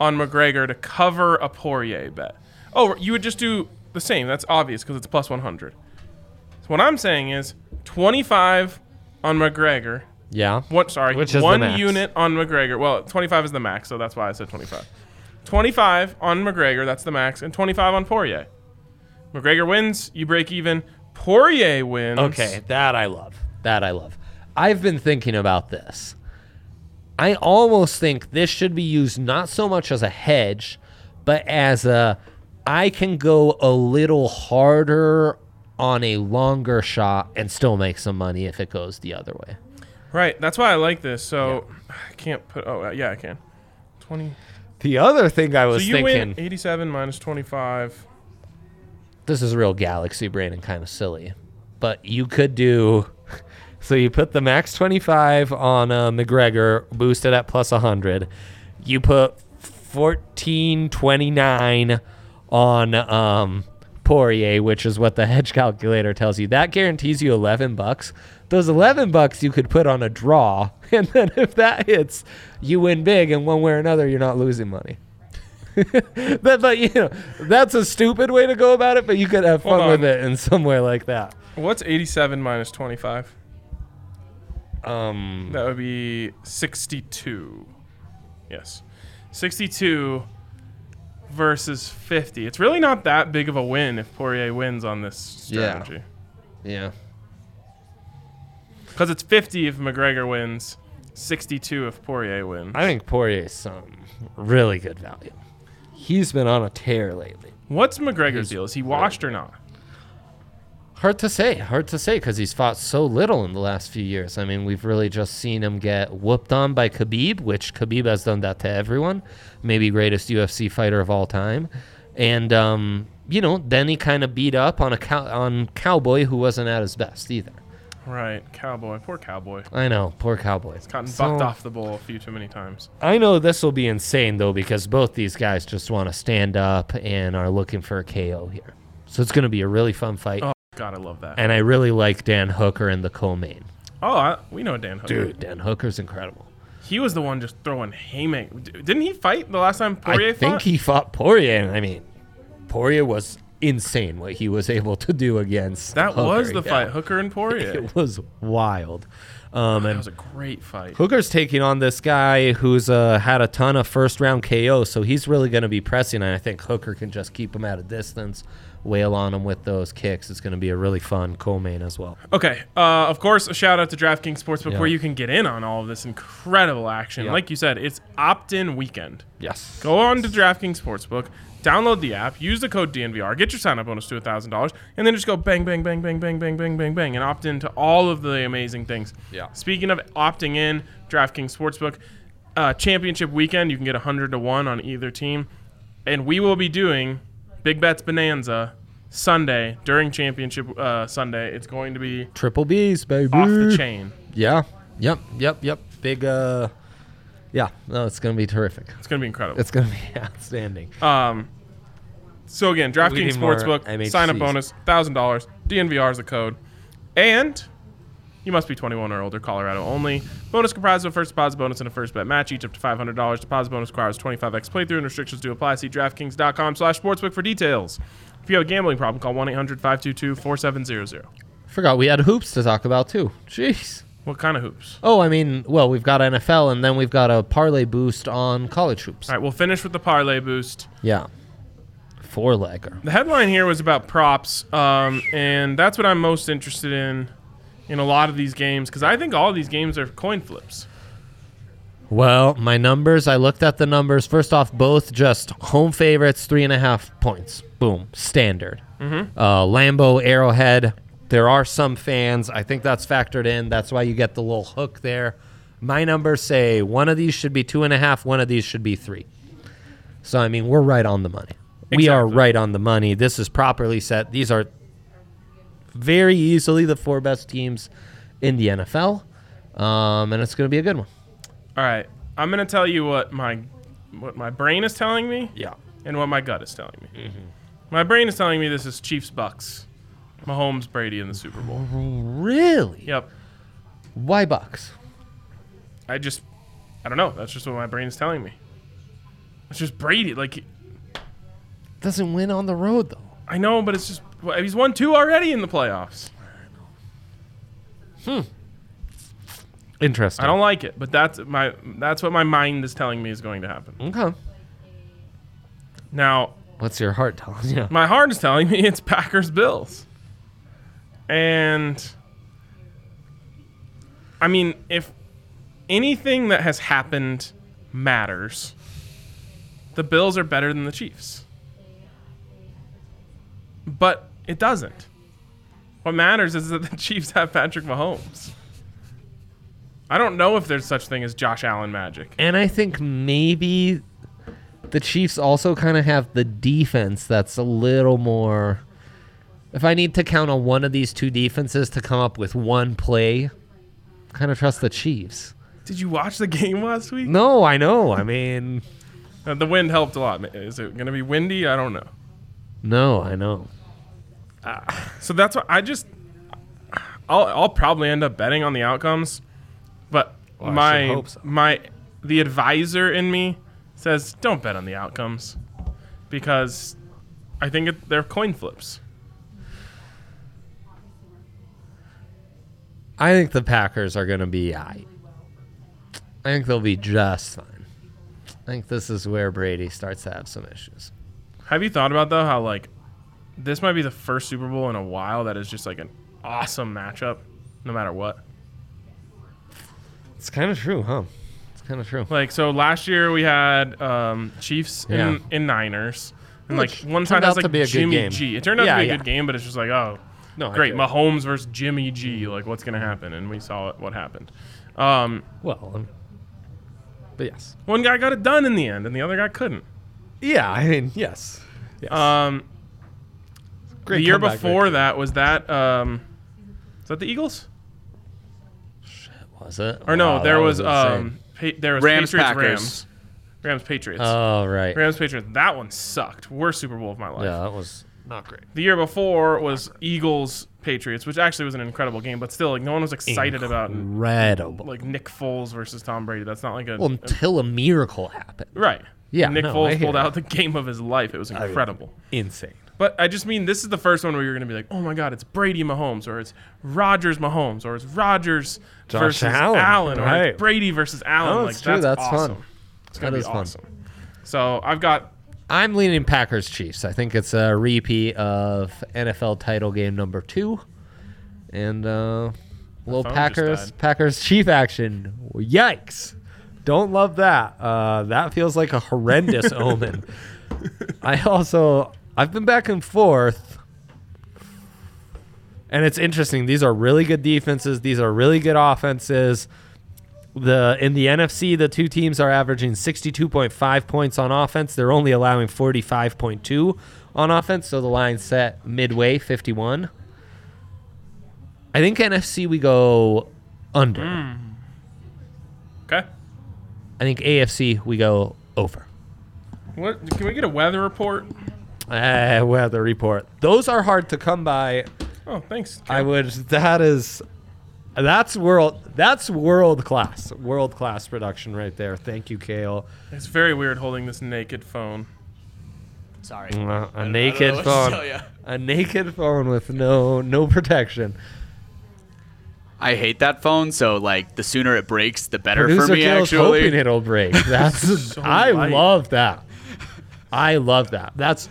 Speaker 1: on McGregor to cover a Poirier bet. Oh, you would just do the same. That's obvious because it's plus 100. So what I'm saying is 25 on McGregor.
Speaker 2: Yeah.
Speaker 1: What? Sorry,
Speaker 2: Which is the
Speaker 1: one
Speaker 2: max.
Speaker 1: unit on McGregor. Well, 25 is the max, so that's why I said 25. 25 on McGregor, that's the max, and 25 on Poirier. McGregor wins, you break even. Poirier wins.
Speaker 2: Okay, that I love. That I love. I've been thinking about this. I almost think this should be used not so much as a hedge, but as a I can go a little harder on a longer shot and still make some money if it goes the other way.
Speaker 1: Right, that's why I like this. So I can't put. Oh, uh, yeah, I can. 20.
Speaker 2: The other thing I
Speaker 1: So
Speaker 2: was
Speaker 1: you win 87 minus 25.
Speaker 2: this is real galaxy brain and kind of silly, but you could do. So you put the max 25 on uh, McGregor, boosted at plus 100. You put 1429 on um, Poirier, which is what the hedge calculator tells you. That guarantees you 11 bucks. Those 11 bucks you could put on a draw, and then if that hits, you win big, and one way or another, you're not losing money. that, but you know, that's a stupid way to go about it. But you could have
Speaker 1: Hold
Speaker 2: fun with
Speaker 1: on.
Speaker 2: it in some way like that.
Speaker 1: What's 87 minus 25?
Speaker 2: Um,
Speaker 1: That would be 62. Yes. 62 versus 50. It's really not that big of a win if Poirier wins on this
Speaker 2: Yeah.
Speaker 1: strategy.
Speaker 2: yeah,
Speaker 1: Because it's 50 if McGregor wins, 62 if Poirier wins.
Speaker 2: I think Poirier's some really good value. He's been on a tear lately.
Speaker 1: What's McGregor's deal? Is he washed or not?
Speaker 2: Hard to say. Hard to say because he's fought so little in the last few years. I mean, we've really just seen him get whooped on by Khabib, which Khabib has done that to everyone. Maybe greatest UFC fighter of all time, and um, you know, then he kind of beat up on a cow- on Cowboy who wasn't at his best either.
Speaker 1: Right, cowboy. Poor cowboy.
Speaker 2: I know, poor Cowboy. It's
Speaker 1: Gotten bucked off the bowl a few too many times.
Speaker 2: I know this will be insane though because both these guys just want to stand up and are looking for a KO here. So it's going to be a really fun fight.
Speaker 1: Oh God, I love that.
Speaker 2: And I really like Dan Hooker and the co-main.
Speaker 1: Oh, I, we know Dan Hooker.
Speaker 2: Dude, Dan Hooker's incredible.
Speaker 1: He was the one just throwing haymaker. D- Didn't he fight the last time Poirier
Speaker 2: I think
Speaker 1: fought?
Speaker 2: he fought Poirier, and I mean, Poirier was insane what he was able to do against.
Speaker 1: that
Speaker 2: Hooker,
Speaker 1: was the
Speaker 2: yeah.
Speaker 1: fight, Hooker and Poirier.
Speaker 2: It was wild. Um,
Speaker 1: that
Speaker 2: and
Speaker 1: was a great fight.
Speaker 2: Hooker's taking on this guy who's uh, had a ton of first round KO, so he's really going to be pressing. And I think Hooker can just keep him at a distance, wail on him with those kicks. It's going to be a really fun co-main as well.
Speaker 1: Okay, uh, of course, a shout out to DraftKings Sportsbook
Speaker 2: Yeah.
Speaker 1: where you can get in on all of this incredible action.
Speaker 2: Yeah.
Speaker 1: Like you said, it's opt-in weekend.
Speaker 2: Yes.
Speaker 1: Go on to DraftKings Sportsbook, download the app, use the code DNVR, get your sign-up bonus to $1,000, and then just go bang, bang, bang, bang, bang, bang, bang, bang, bang, and opt into all of the amazing things.
Speaker 2: Yeah.
Speaker 1: Speaking of opting in, DraftKings Sportsbook, uh, championship weekend, you can get 100 to 1 on either team. And we will be doing Big Bets Bonanza Sunday during championship uh, Sunday. It's going to be
Speaker 2: Triple B's, baby.
Speaker 1: off the chain.
Speaker 2: Yeah. Yep. Yep. Yep. Big. uh Yeah. No, it's gonna be terrific.
Speaker 1: It's going to be incredible.
Speaker 2: It's gonna be outstanding.
Speaker 1: Um, so again, DraftKings
Speaker 2: need more
Speaker 1: Sportsbook
Speaker 2: MHCs.
Speaker 1: sign up bonus thousand dollars. DNVR is the code, and you must be 21 or older, Colorado only. Bonus comprised of a first deposit bonus and a first bet match, each up to $500. Deposit bonus requires 25x playthrough and restrictions do apply. See DraftKings.com/sportsbook for details. If you have a gambling problem, call 1-800-522-4700.
Speaker 2: Forgot we had hoops to talk about too. Jeez.
Speaker 1: What kind of hoops?
Speaker 2: Oh, I mean, well, we've got NFL, and then we've got a parlay boost on college hoops.
Speaker 1: All right, we'll finish with the parlay boost.
Speaker 2: Yeah. Four legger.
Speaker 1: The headline here was about props, um, and that's what I'm most interested in in a lot of these games because I think all these games are coin flips.
Speaker 2: Well, my numbers. I looked at the numbers. First off, both just home favorites, three and a half points. Boom, standard. Uh, Lambo, Arrowhead. There are some fans. I think that's factored in. That's why you get the little hook there. My numbers say one of these should be two and a half. One of these should be three. So I mean, we're right on the money. We are
Speaker 1: Exactly.
Speaker 2: right on the money. This is properly set. These are very easily the four best teams in the NFL, um, and it's going to be a good one.
Speaker 1: All right, I'm gonna tell you what my what my brain is telling me
Speaker 2: Yeah.
Speaker 1: and what my gut is telling me. My brain is telling me this is Chiefs Bucks, Mahomes Brady in the Super Bowl.
Speaker 2: Really?
Speaker 1: Yep,
Speaker 2: Why Bucks?
Speaker 1: I just I don't know. That's just what my brain is telling me. It's just Brady. Like
Speaker 2: Doesn't win on the road though.
Speaker 1: I know, but it's just he's won two already in the playoffs.
Speaker 2: Interesting.
Speaker 1: I don't like it, but that's my that's what my mind is telling me is going to happen.
Speaker 2: Okay.
Speaker 1: Now,
Speaker 2: What's your heart telling you?
Speaker 1: my heart is telling me it's Packers Bills. And I mean, if anything that has happened matters, the Bills are better than the Chiefs. But it doesn't. What matters is that the Chiefs have Patrick Mahomes. I don't know if there's such thing as Josh Allen magic.
Speaker 2: And I think maybe the Chiefs also kind of have the defense that's a little more. If I need to count on one of these two defenses to come up with one play, kind of trust the Chiefs.
Speaker 1: Did you watch the game last week?
Speaker 2: No, I know. I mean,
Speaker 1: Uh, the wind helped a lot. Is it going to be windy? I don't know.
Speaker 2: no, I know.
Speaker 1: So that's why I just I'll I'll probably end up betting on the outcomes, but
Speaker 2: I
Speaker 1: my
Speaker 2: sure hope so.
Speaker 1: my the advisor in me says don't bet on the outcomes because I think it, they're coin flips.
Speaker 2: I think the Packers are going to be aight. I think they'll be just fine. I think this is where Brady starts to have some issues.
Speaker 1: Have you thought about though how like this might be the first Super Bowl in a while that is just like an awesome matchup, no matter what.
Speaker 2: It's kind of true, huh? It's kind of true.
Speaker 1: Like so last year we had um, Chiefs
Speaker 2: Yeah.
Speaker 1: and, and Niners. And
Speaker 2: Which
Speaker 1: like one
Speaker 2: turned
Speaker 1: side
Speaker 2: out
Speaker 1: has
Speaker 2: to be a
Speaker 1: like
Speaker 2: good
Speaker 1: Jimmy
Speaker 2: game.
Speaker 1: G. It turned out
Speaker 2: Yeah,
Speaker 1: to be a
Speaker 2: yeah.
Speaker 1: good game, but it's just like oh,
Speaker 2: No, I Hmm.
Speaker 1: great.
Speaker 2: get it.
Speaker 1: Mahomes versus Jimmy G. Like, what's going to happen? And we saw it, what happened. Um,
Speaker 2: Well, um, but yes.
Speaker 1: one guy got it done in the end, and the other guy couldn't.
Speaker 2: Yeah, I mean, yes. Yes.
Speaker 1: Um,
Speaker 2: Great
Speaker 1: the year
Speaker 2: comeback,
Speaker 1: before
Speaker 2: Vic.
Speaker 1: that was that. Um, is that the Eagles?
Speaker 2: was it?
Speaker 1: Or no,
Speaker 2: Wow,
Speaker 1: there
Speaker 2: that
Speaker 1: was,
Speaker 2: insane.
Speaker 1: um, pa- there was
Speaker 3: Rams,
Speaker 1: Patriots,
Speaker 3: Packers.
Speaker 1: Rams, Rams, Patriots,
Speaker 2: Oh right.
Speaker 1: Rams, Patriots. That one sucked. Worst Super Bowl of my life.
Speaker 2: Yeah, that was not great.
Speaker 1: The year before was Eagles, Patriots, which actually was an incredible game, but still, like no one was excited about
Speaker 2: Incredible.
Speaker 1: like Nick Foles versus Tom Brady. That's not like a
Speaker 2: Well, until a miracle happened.
Speaker 1: right.
Speaker 2: Yeah,
Speaker 1: Nick
Speaker 2: no, I
Speaker 1: Foles
Speaker 2: hear
Speaker 1: pulled
Speaker 2: you.
Speaker 1: out the game of his life. It was incredible.
Speaker 2: Insane.
Speaker 1: But I just mean this is the first one where you're going to be like, oh my God, it's Brady Mahomes, or it's Rogers Mahomes, or it's Rogers
Speaker 2: Josh
Speaker 1: versus
Speaker 2: Allen,
Speaker 1: Allen, or it's
Speaker 2: right.
Speaker 1: Brady versus Allen.
Speaker 2: No,
Speaker 1: like
Speaker 2: Oh, it's true,
Speaker 1: that's,
Speaker 2: that's fun.
Speaker 1: awesome. It's going to
Speaker 2: That
Speaker 1: be
Speaker 2: is fun.
Speaker 1: awesome. So I've got
Speaker 2: I'm leaning Packers Chiefs. I think it's a repeat of NFL title game number two, and uh, little
Speaker 1: phone just
Speaker 2: Packers
Speaker 1: died.
Speaker 2: Packers Chief action. Yikes! Don't love that. Uh, that feels like a horrendous omen. I also I've been back and forth. And it's interesting. These are really good defenses. These are really good offenses. The in the NFC, the two teams are averaging 62.5 points on offense. They're only allowing 45.2 on offense, so the line set midway 51. I think NFC we go under.
Speaker 3: Hmm.
Speaker 1: okay.
Speaker 2: I think AFC we go over.
Speaker 1: What can we get a weather report?
Speaker 2: Uh, weather report. Those are hard to come by.
Speaker 1: Oh, thanks.
Speaker 2: I would. That is, that's world. That's world class. World class production right there. Thank you, Kale.
Speaker 1: It's very weird holding this naked phone.
Speaker 3: Sorry.
Speaker 2: A-
Speaker 3: I
Speaker 2: A,
Speaker 3: don't know
Speaker 2: naked
Speaker 3: what to
Speaker 2: phone.
Speaker 3: tell ya.
Speaker 2: A naked phone with no no protection.
Speaker 3: hate that phone, so like the sooner it breaks, the better
Speaker 2: Producer
Speaker 3: for me.
Speaker 2: Kale's hoping
Speaker 3: actually,
Speaker 2: it'll break. That's
Speaker 1: So
Speaker 2: I
Speaker 1: light.
Speaker 2: love that. I love that. That's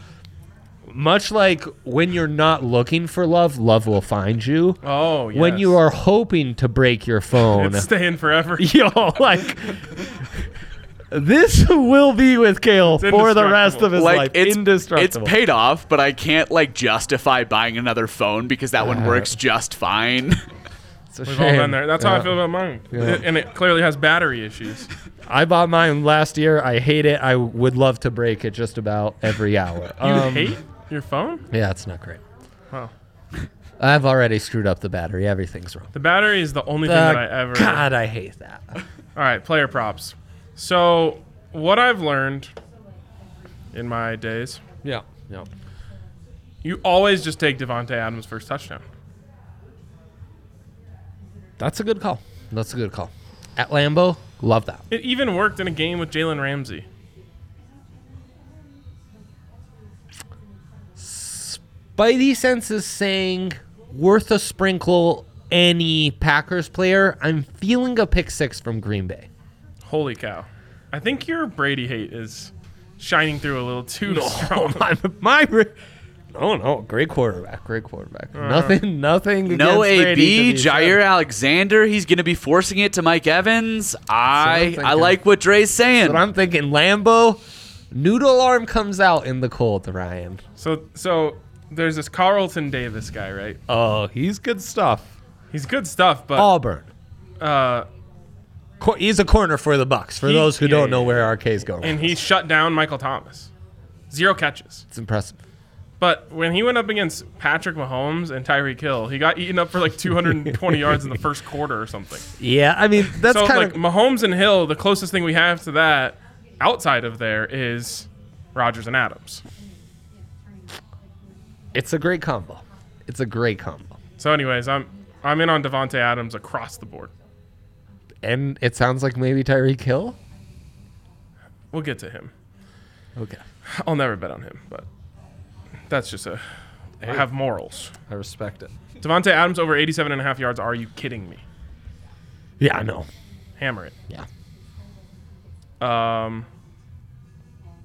Speaker 2: much like when you're not looking for love, love will find you.
Speaker 1: Oh, yes.
Speaker 2: When you are hoping to break your phone,
Speaker 1: it's staying forever.
Speaker 2: yo, like this will be with Kale for the rest of his life.
Speaker 3: like it's it's
Speaker 2: indestructible.
Speaker 3: paid off, but I can't like justify buying another phone because that
Speaker 2: Uh-huh.
Speaker 3: one works just fine.
Speaker 2: It's a
Speaker 1: We've all
Speaker 2: shame.
Speaker 1: been there. That's how I
Speaker 2: Yeah.
Speaker 1: feel about mine.
Speaker 2: Yeah.
Speaker 1: And it clearly has battery issues.
Speaker 2: I bought mine last year. I hate it. I would love to break it just about every hour.
Speaker 1: You
Speaker 2: Um,
Speaker 1: hate your phone?
Speaker 2: Yeah, it's not great.
Speaker 1: Wow.
Speaker 2: I've already screwed up the battery. Everything's wrong.
Speaker 1: The battery is the only thing that
Speaker 2: Uh,
Speaker 1: I ever.
Speaker 2: God, I hate that.
Speaker 1: All right, player props. So, what I've learned in my days,
Speaker 2: Yeah. No.
Speaker 1: you always just take Devonte Adams first touchdown.
Speaker 2: That's a good call. That's a good call. At Lambeau, love that.
Speaker 1: It even worked in a game with Jalen Ramsey.
Speaker 2: Spidey sense is saying worth a sprinkle any Packers player. I'm feeling a pick six from Green Bay.
Speaker 1: Holy cow! I think your Brady hate is shining through a little too strong.
Speaker 2: Oh, my, my re- Uh-huh. no, no, great quarterback, great quarterback. Nothing, nothing.
Speaker 3: No
Speaker 2: against Brady
Speaker 3: AB,
Speaker 2: to be said.
Speaker 3: Jair Alexander. He's going to be forcing it to Mike Evans. I
Speaker 2: That's what I'm
Speaker 3: I
Speaker 2: thinking.
Speaker 3: like what Dre's saying.
Speaker 2: But I'm thinking Lambo, noodle arm comes out in the cold, Ryan.
Speaker 1: So, so there's this Carlton Davis guy, right?
Speaker 2: Oh, he's good stuff.
Speaker 1: He's good stuff, but
Speaker 2: Auburn.
Speaker 1: uh,
Speaker 2: Cor- he's a corner for the Bucks. For
Speaker 1: He-
Speaker 2: those who
Speaker 1: yeah,
Speaker 2: don't know
Speaker 1: yeah,
Speaker 2: where RK's going,
Speaker 1: and he shut down Michael Thomas, zero catches.
Speaker 2: it's impressive.
Speaker 1: But when he went up against Patrick Mahomes and Tyreek Hill, he got eaten up for like 220 yards in the first quarter or something.
Speaker 2: Yeah, I mean that's
Speaker 1: so
Speaker 2: kind
Speaker 1: like
Speaker 2: of
Speaker 1: Mahomes and Hill, the closest thing we have to that outside of there is Rodgers and Adams.
Speaker 2: it's a great combo. It's a great combo,
Speaker 1: So anyways, I'm I'm in on Devonte Adams across the board.
Speaker 2: and it sounds like maybe Tyreek Hill.
Speaker 1: We'll get to him.
Speaker 2: Okay,
Speaker 1: I'll never bet on him, but that's just a I have morals.
Speaker 2: I respect it.
Speaker 1: Devonte Adams over 87 and a half yards. Are you kidding me?
Speaker 2: Yeah, I know.
Speaker 1: Hammer it.
Speaker 2: Yeah,
Speaker 1: Um,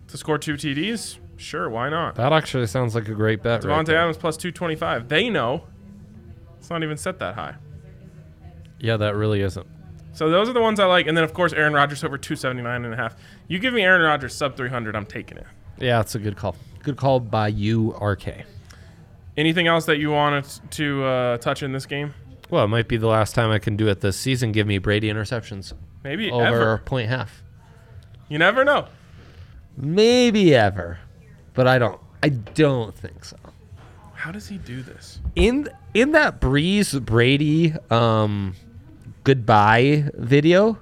Speaker 1: to score two TDs? Sure, why not?
Speaker 2: that actually sounds like a great bet. right
Speaker 1: Devontae
Speaker 2: there.
Speaker 1: Adams plus 225. They know. It's not even set that high.
Speaker 2: Yeah, that really isn't.
Speaker 1: So those are the ones I like. And then, of course, Aaron Rodgers over 279 and a half. You give me Aaron Rodgers sub 300, I'm taking it.
Speaker 2: Yeah, it's a good call. Good call by you, RK.
Speaker 1: Anything else that you wanted to uh, touch in this game?
Speaker 2: Well, it might be the last time I can do it this season. Give me Brady interceptions
Speaker 1: Maybe
Speaker 2: over
Speaker 1: ever.
Speaker 2: point half.
Speaker 1: You never know.
Speaker 2: Maybe ever, but I don't. I don't think so.
Speaker 1: How does he do this?
Speaker 2: in in that Breeze Brady um, goodbye video,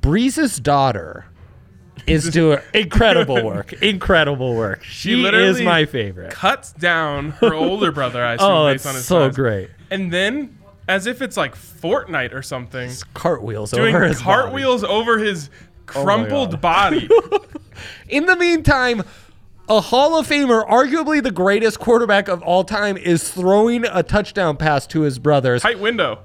Speaker 2: Breeze's daughter is doing incredible work. Incredible work. She, is
Speaker 1: literally
Speaker 2: my favorite.
Speaker 1: Cuts down her older brother, I assume,
Speaker 2: Oh,
Speaker 1: based
Speaker 2: it's
Speaker 1: on his
Speaker 2: so
Speaker 1: size.
Speaker 2: great.
Speaker 1: And then, as if it's like Fortnite or something,
Speaker 2: Cartwheels
Speaker 1: doing
Speaker 2: over his body. Oh
Speaker 1: cartwheels over his crumpled body.
Speaker 2: In the meantime, a Hall of Famer, arguably the greatest quarterback of all time, is throwing a touchdown pass to his brothers.
Speaker 1: Tight window.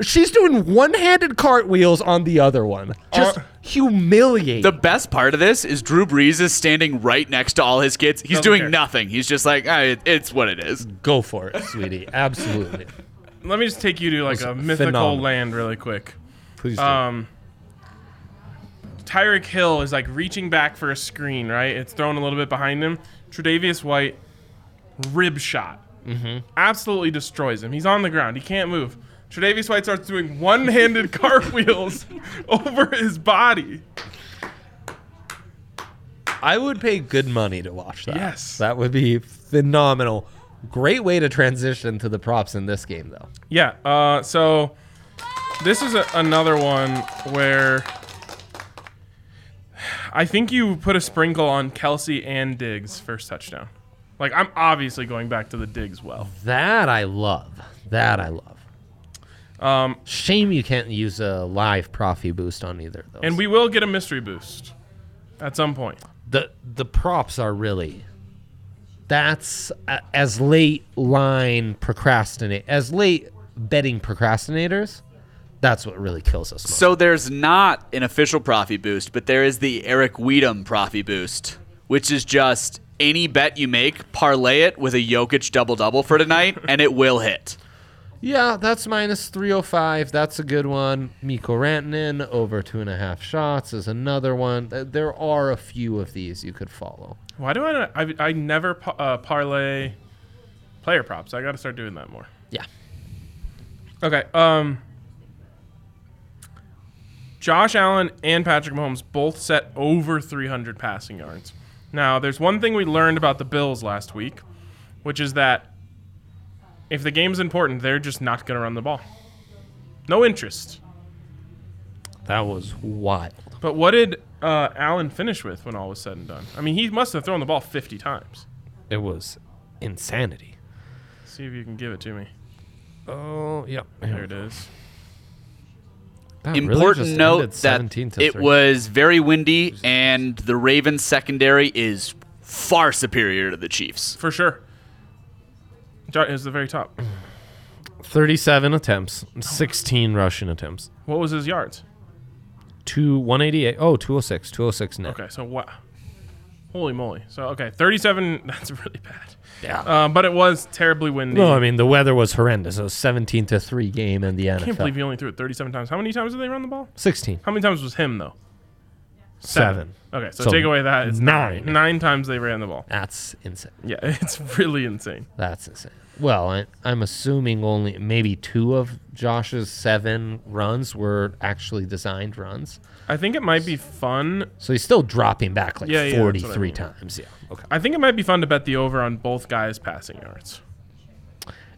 Speaker 2: She's doing one-handed cartwheels on the other one. Just
Speaker 1: Are-
Speaker 2: humiliating.
Speaker 3: The best part of this is Drew Brees is standing right next to all his kids. He's
Speaker 1: Doesn't
Speaker 3: doing
Speaker 1: care.
Speaker 3: nothing. He's just like, "Ah, it- it's what it is.
Speaker 2: Go for it, sweetie. Absolutely.
Speaker 1: Let me just take you to like
Speaker 2: It
Speaker 1: a
Speaker 2: was
Speaker 1: mythical
Speaker 2: phenomenal.
Speaker 1: land really quick.
Speaker 2: Please do.
Speaker 1: Um, Tyreek Hill is like reaching back for a screen, right? It's thrown a little bit behind him. Tre'Davious White, rib shot, absolutely destroys him. He's on the ground. He can't move. Tre'Davious White starts doing one-handed cartwheels over his body.
Speaker 2: I would pay good money to watch that.
Speaker 1: Yes.
Speaker 2: That would be phenomenal. Great way to transition to the props in this game, though.
Speaker 1: Yeah. Uh, so this is a, another one where I think you put a sprinkle on Kelsey and Diggs first touchdown. Like I'm obviously going back to the Diggs well.
Speaker 2: That I love. That I love.
Speaker 1: Um,
Speaker 2: Shame you can't use a live profi boost on either of those.
Speaker 1: and we will get a mystery boost at some point.
Speaker 2: the the props are really that's a, as late line procrastinate as late betting procrastinators. That's what really kills us.
Speaker 3: So there's not an official Profi boost, but there is the Eric Weedham Profi boost, which is just any bet you make, parlay it with a Jokic double double for tonight, and it will hit.
Speaker 2: Yeah, that's minus 305. That's a good one. Miko Rantanen over two and a half shots is another one. Th- There are a few of these you could follow.
Speaker 1: Why do I not, I, I never pa- uh, parlay player props? I got to start doing that more.
Speaker 2: Yeah.
Speaker 1: Okay. Um, Josh Allen and Patrick Mahomes both set over 300 passing yards. Now, there's one thing we learned about the Bills last week, which is that if the game's important, they're just not going to run the ball. No interest.
Speaker 2: That was wild.
Speaker 1: But what did uh, Allen finish with when all was said and done? I mean, he must have thrown the ball 50 times.
Speaker 2: It was insanity.
Speaker 1: See if you can give it to me.
Speaker 2: Oh, yeah.
Speaker 1: There it is.
Speaker 2: That really
Speaker 3: Important
Speaker 2: just ended
Speaker 3: note that
Speaker 2: 17 to
Speaker 3: it
Speaker 2: three.
Speaker 3: was very windy, and the Ravens secondary is far superior to the Chiefs.
Speaker 1: For sure. Jo- It was the very top.
Speaker 2: 37
Speaker 1: Oh,
Speaker 2: attempts, 16 rushing attempts,
Speaker 1: What was his yards?
Speaker 2: two 188. Oh, 206, 206 net.
Speaker 1: Okay, so what? Holy moly! So okay, thirty-seven. That's really bad.
Speaker 2: Yeah.
Speaker 1: Uh, but it was terribly windy.
Speaker 2: no, I
Speaker 1: I
Speaker 2: mean, the weather was horrendous. It was 17 to 3 game in the NFL.
Speaker 1: can't believe you only threw it thirty-seven times. How many times did they run the ball?
Speaker 2: 16.
Speaker 1: How many times was him though?
Speaker 2: Seven.
Speaker 1: Okay, so,
Speaker 2: So
Speaker 1: take away that it's
Speaker 2: nine.
Speaker 1: Nine times they ran the ball.
Speaker 2: That's insane.
Speaker 1: Yeah, it's really insane.
Speaker 2: That's insane. Well, I, I'm assuming only maybe two of Josh's seven runs were actually designed runs.
Speaker 1: I think it might be fun.
Speaker 2: So he's still dropping back like
Speaker 1: Yeah, yeah, that's what I
Speaker 2: 43
Speaker 1: mean.
Speaker 2: times. Yeah. Okay.
Speaker 1: I think it might be fun to bet the over on both guys passing yards.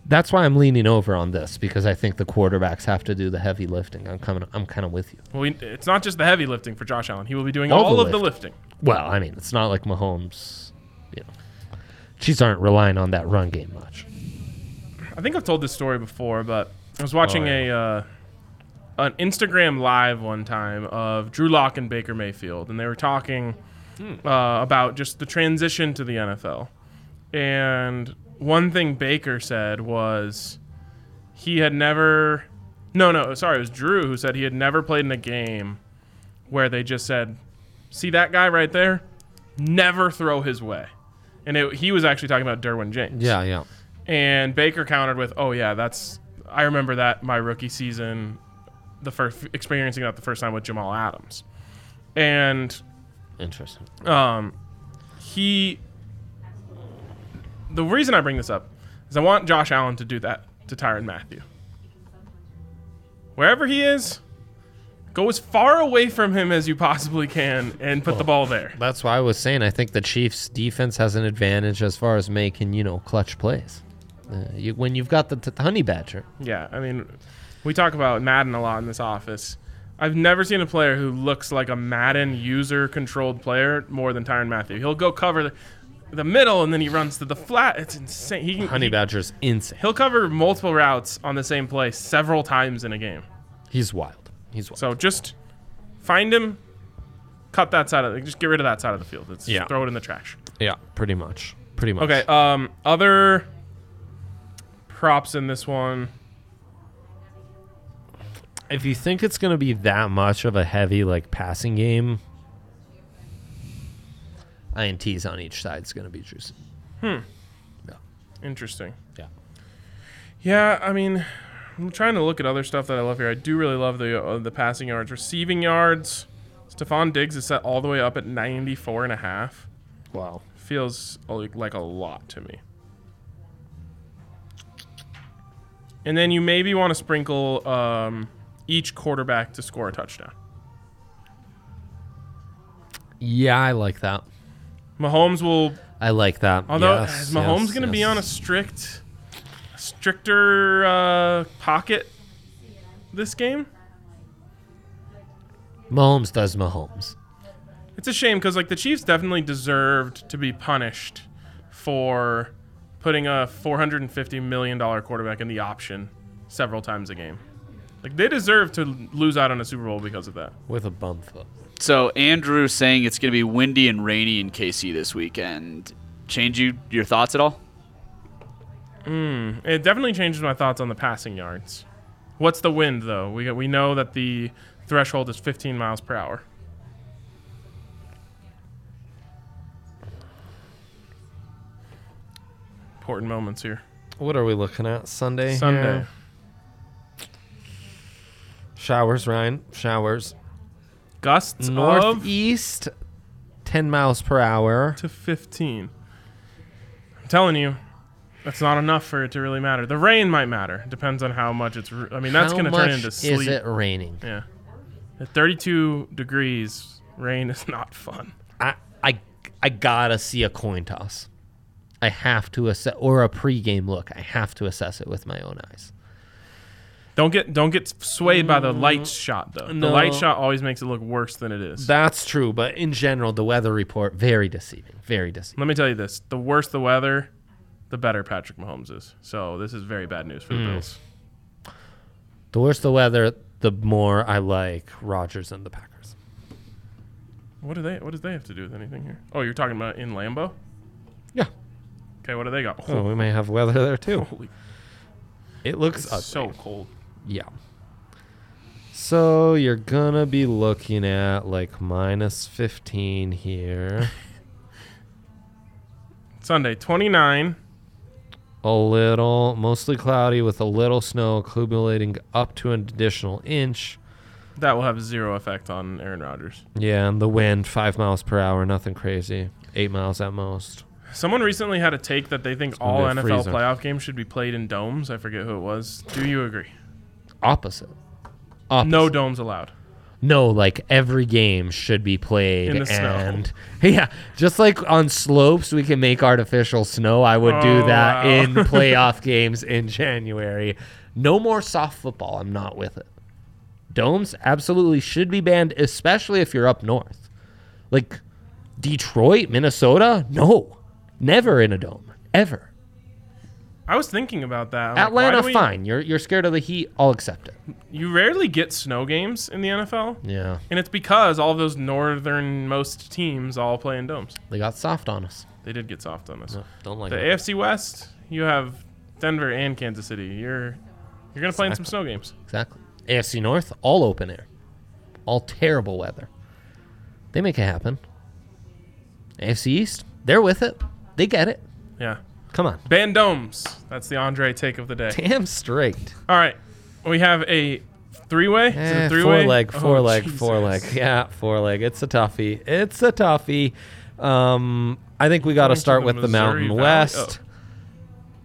Speaker 2: That's why I'm leaning over on this because I think the quarterbacks have to do the heavy lifting. I'm coming. I'm kind of with you.
Speaker 1: Well, we, it's not just the heavy lifting for Josh Allen. He will be doing
Speaker 2: All
Speaker 1: all,
Speaker 2: the
Speaker 1: of the lifting.
Speaker 2: Well, I mean, it's not like Mahomes. You know, Chiefs aren't relying on that run game much.
Speaker 1: I think I've told this story before, but I was watching
Speaker 2: Oh, yeah.
Speaker 1: a uh, an Instagram live one time of Drew Lock and Baker Mayfield, and they were talking
Speaker 2: Hmm.
Speaker 1: uh, about just the transition to the NFL. And one thing Baker said was he had never, no, no, sorry, it was Drew who said he had never played in a game where they just said, "See that guy right there? Never throw his way." And it, he was actually talking about Derwin James.
Speaker 2: Yeah, yeah.
Speaker 1: And Baker countered with, "Oh yeah, that's I remember that my rookie season, the first experiencing that the first time with Jamal Adams." And
Speaker 2: Interesting.
Speaker 1: um, he the reason I bring this up is I want Josh Allen to do that to Tyron Matthew. Wherever he is, go as far away from him as you possibly can and put the ball there.
Speaker 2: That's why I was saying I think the Chiefs' defense has an advantage as far as making you know clutch plays. Uh, you, when you've got the, t- the honey badger,
Speaker 1: Yeah, I mean, we talk about Madden a lot in this office. I've never seen a player who looks like a Madden user-controlled player more than Tyron Matthew. He'll go cover the, the middle and then he runs to the flat. It's insane. He can,
Speaker 2: honey badger's insane.
Speaker 1: He'll cover multiple routes on the same play several times in a game.
Speaker 2: He's wild. He's wild.
Speaker 1: So just find him, cut that side of just get rid of that side of the field. It's
Speaker 2: Yeah.
Speaker 1: just throw it in the trash.
Speaker 2: yeah, uh, pretty much. Pretty much.
Speaker 1: Okay. Um. Other props in this one.
Speaker 2: If you think it's going to be that much of a heavy like passing game, ints on each side is going to be juicy.
Speaker 1: Interesting.
Speaker 2: Yeah.
Speaker 1: Yeah, I mean, I'm trying to look at other stuff that I love here. I do really love the uh, the passing yards, receiving yards. Stephon Diggs is set all the way up at 94 and a half.
Speaker 2: Wow.
Speaker 1: Feels uh, like like a lot to me. And then you maybe want to sprinkle um, each quarterback to score a touchdown.
Speaker 2: Yeah, I like that.
Speaker 1: Mahomes will,
Speaker 2: I like that.
Speaker 1: although
Speaker 2: Yes,
Speaker 1: is Mahomes
Speaker 2: yes,
Speaker 1: going to be
Speaker 2: yes.
Speaker 1: on a strict, stricter uh, pocket this game?
Speaker 2: Mahomes does Mahomes.
Speaker 1: It's a shame because like the Chiefs definitely deserved to be punished for putting a 450 million dollar quarterback in the option several times a game. Like they deserve to lose out on a Super Bowl because of that.
Speaker 2: with a bum foot.
Speaker 3: So Andrew saying it's going to be windy and rainy in KC this weekend. Change you your thoughts at all?
Speaker 1: It definitely changes my thoughts on the passing yards. What's the wind though? We we know that the threshold is 15 miles per hour. Important moments here.
Speaker 2: What are we looking at? Sunday.
Speaker 1: Sunday.
Speaker 2: here? Showers, Ryan. Showers.
Speaker 1: Gusts of
Speaker 2: Northeast, ten miles per hour.
Speaker 1: to 15. I'm telling you, that's not enough for it to really matter. The rain might matter. Depends on how much it's. r I I mean, that's
Speaker 2: How
Speaker 1: going to turn
Speaker 2: much
Speaker 1: into sleep.
Speaker 2: Is it raining?
Speaker 1: Yeah. At 32 degrees, rain is not fun.
Speaker 2: I, I, I gotta see a coin toss. I have to assess, or a pregame look. I have to assess it with my own eyes.
Speaker 1: Don't get don't get swayed by the lights shot though. The light
Speaker 2: Mm. no.
Speaker 1: shot always makes it look worse than it is.
Speaker 2: That's true, but in general, the weather report very deceiving. Very deceiving.
Speaker 1: Let me tell you this: the worse the weather, the better Patrick Mahomes is. So this is very bad news
Speaker 2: Hmm.
Speaker 1: for the Bills.
Speaker 2: The worse the weather, the more I like Rogers and the Packers.
Speaker 1: What do they? What does they have to do with anything here? Oh, you're talking about in Lambo?
Speaker 2: Yeah.
Speaker 1: Okay, what do they got?
Speaker 2: So Oh, we may have weather there too.
Speaker 1: Holy,
Speaker 2: It looks ugly.
Speaker 1: it's so cold.
Speaker 2: Yeah. So you're gonna be looking at like minus 15 here.
Speaker 1: Sunday, 29.
Speaker 2: a little, mostly cloudy with a little snow accumulating up to an additional inch.
Speaker 1: That will have zero effect on Aaron Rodgers.
Speaker 2: Yeah, and the wind, five miles per hour, nothing crazy. Eight miles at most.
Speaker 1: Someone recently had a take that they think
Speaker 2: gonna
Speaker 1: all
Speaker 2: be a
Speaker 1: NFL
Speaker 2: freezer.
Speaker 1: playoff games should be played in domes. I forget who it was. Do you agree?
Speaker 2: Opposite. Opposite.
Speaker 1: No domes allowed.
Speaker 2: No, like every game should be played
Speaker 1: In the snow.
Speaker 2: and yeah, just like on slopes we can make artificial snow. I would do
Speaker 1: Oh,
Speaker 2: that
Speaker 1: wow.
Speaker 2: in playoff games in January. No more soft football. I'm not with it. Domes absolutely should be banned, especially if you're up north. Like Detroit, Minnesota, no. Never in a dome. Ever.
Speaker 1: I was thinking about that. I'm like, why
Speaker 2: Atlanta,
Speaker 1: do we-
Speaker 2: fine. You're you're scared of the heat, I'll accept it.
Speaker 1: You rarely get snow games in the NFL,
Speaker 2: Yeah.
Speaker 1: and it's because all those northernmost teams all play in domes.
Speaker 2: They got soft on us.
Speaker 1: They did get soft on us.
Speaker 2: Don't like
Speaker 1: The
Speaker 2: it.
Speaker 1: AFC West, you have Denver and Kansas City. You're you're gonna play in some snow games.
Speaker 2: Exactly. AFC North, all open air, all terrible weather. They make it happen. AFC East, they're with it. They get it.
Speaker 1: Yeah.
Speaker 2: Come on.
Speaker 1: Ban domes. That's the Andre take of the day.
Speaker 2: Damn straight.
Speaker 1: All right. We have a three way. Is it a Oh, three way?
Speaker 2: Eh, four leg, four leg, four leg. Yeah, four leg. It's a toughie. It's a toughie. Um, I think we got to
Speaker 1: Going to
Speaker 2: start
Speaker 1: the
Speaker 2: with the
Speaker 1: Missouri Oh.
Speaker 2: Mountain
Speaker 1: Valley.
Speaker 2: West.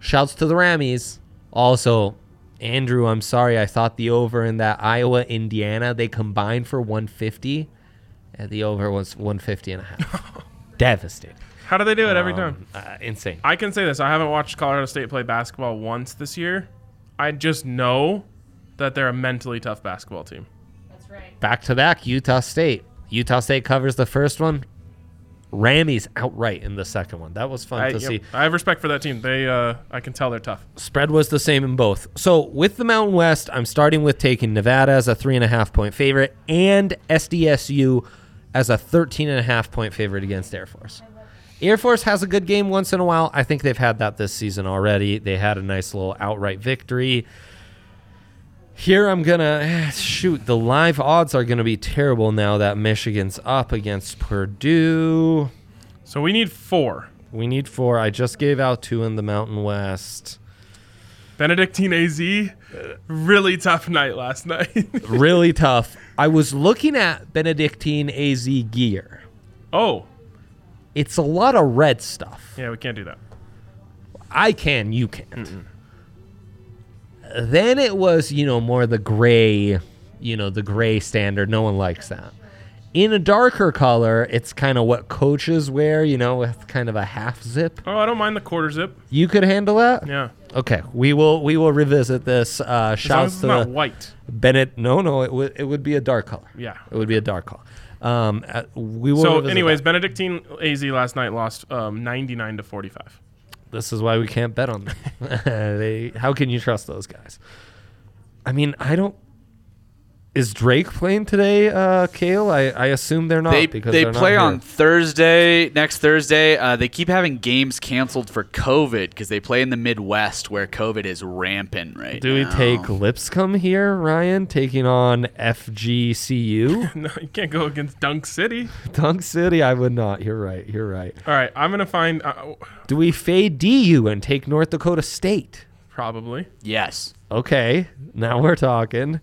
Speaker 2: Shouts to the Rammies. Also, Andrew, I'm sorry. I thought the over in that Iowa Indiana they combined for 150, and the over was 150 and a half. Devastating.
Speaker 1: How do they do it every time?
Speaker 2: Um, uh, insane.
Speaker 1: I can say this: I haven't watched Colorado State play basketball once this year. I just know that they're a mentally tough basketball team.
Speaker 4: That's right.
Speaker 2: Back to back Utah State. Utah State covers the first one. Rammies outright in the second one. That was fun
Speaker 1: I,
Speaker 2: to
Speaker 1: yep,
Speaker 2: see.
Speaker 1: I have respect for that team. They, uh, I can tell they're tough.
Speaker 2: Spread was the same in both. So with the Mountain West, I'm starting with taking Nevada as a three and a half point favorite and SDSU as a 13 and a half point favorite against Air Force. Air Force has a good game once in a while. I think they've had that this season already. They had a nice little outright victory. Here I'm gonna shoot. The live odds are gonna be terrible now that Michigan's up against Purdue.
Speaker 1: So we need four.
Speaker 2: We need four. I just gave out two in the Mountain West.
Speaker 1: Benedictine AZ, really tough night last night.
Speaker 2: really tough. I was looking at Benedictine AZ gear.
Speaker 1: oh,
Speaker 2: It's a lot of red stuff.
Speaker 1: yeah, we can't do that.
Speaker 2: I can, you can't. Then it was, you know, more the gray, you know, the gray standard. No one likes that. In a darker color, it's kind of what coaches wear, you know, with kind of a half zip.
Speaker 1: Oh, I don't mind the quarter zip.
Speaker 2: You could handle that?
Speaker 1: Yeah,
Speaker 2: Okay, we will we will revisit this. Uh,
Speaker 1: as long as
Speaker 2: shouts
Speaker 1: it's
Speaker 2: to
Speaker 1: not
Speaker 2: the
Speaker 1: white.
Speaker 2: Bennett. No, no, it would it would be a dark color.
Speaker 1: Yeah.
Speaker 2: It would be a dark call. Um, uh, we will.
Speaker 1: So,
Speaker 2: revisit
Speaker 1: anyways,
Speaker 2: that.
Speaker 1: Benedictine AZ last night lost um, 99 to 45.
Speaker 2: this is why we can't bet on them. they, how can you trust those guys? I mean, I don't. Is Drake playing today, uh, Kale? I, I assume they're not
Speaker 3: They,
Speaker 2: because
Speaker 3: they
Speaker 2: they're not
Speaker 3: play
Speaker 2: here.
Speaker 3: on Thursday, next Thursday. Uh, they keep having games canceled for COVID because they play in the Midwest where COVID is rampant right
Speaker 2: Do we
Speaker 3: now.
Speaker 2: take Lipscomb here, Ryan, taking on FGCU?
Speaker 1: No, you can't go against Dunk City.
Speaker 2: Dunk City, I would not. You're right. You're right.
Speaker 1: All right, I'm gonna find uh,
Speaker 2: Do we fade DU and take North Dakota State?
Speaker 1: probably.
Speaker 3: Yes.
Speaker 2: Okay, now we're talking.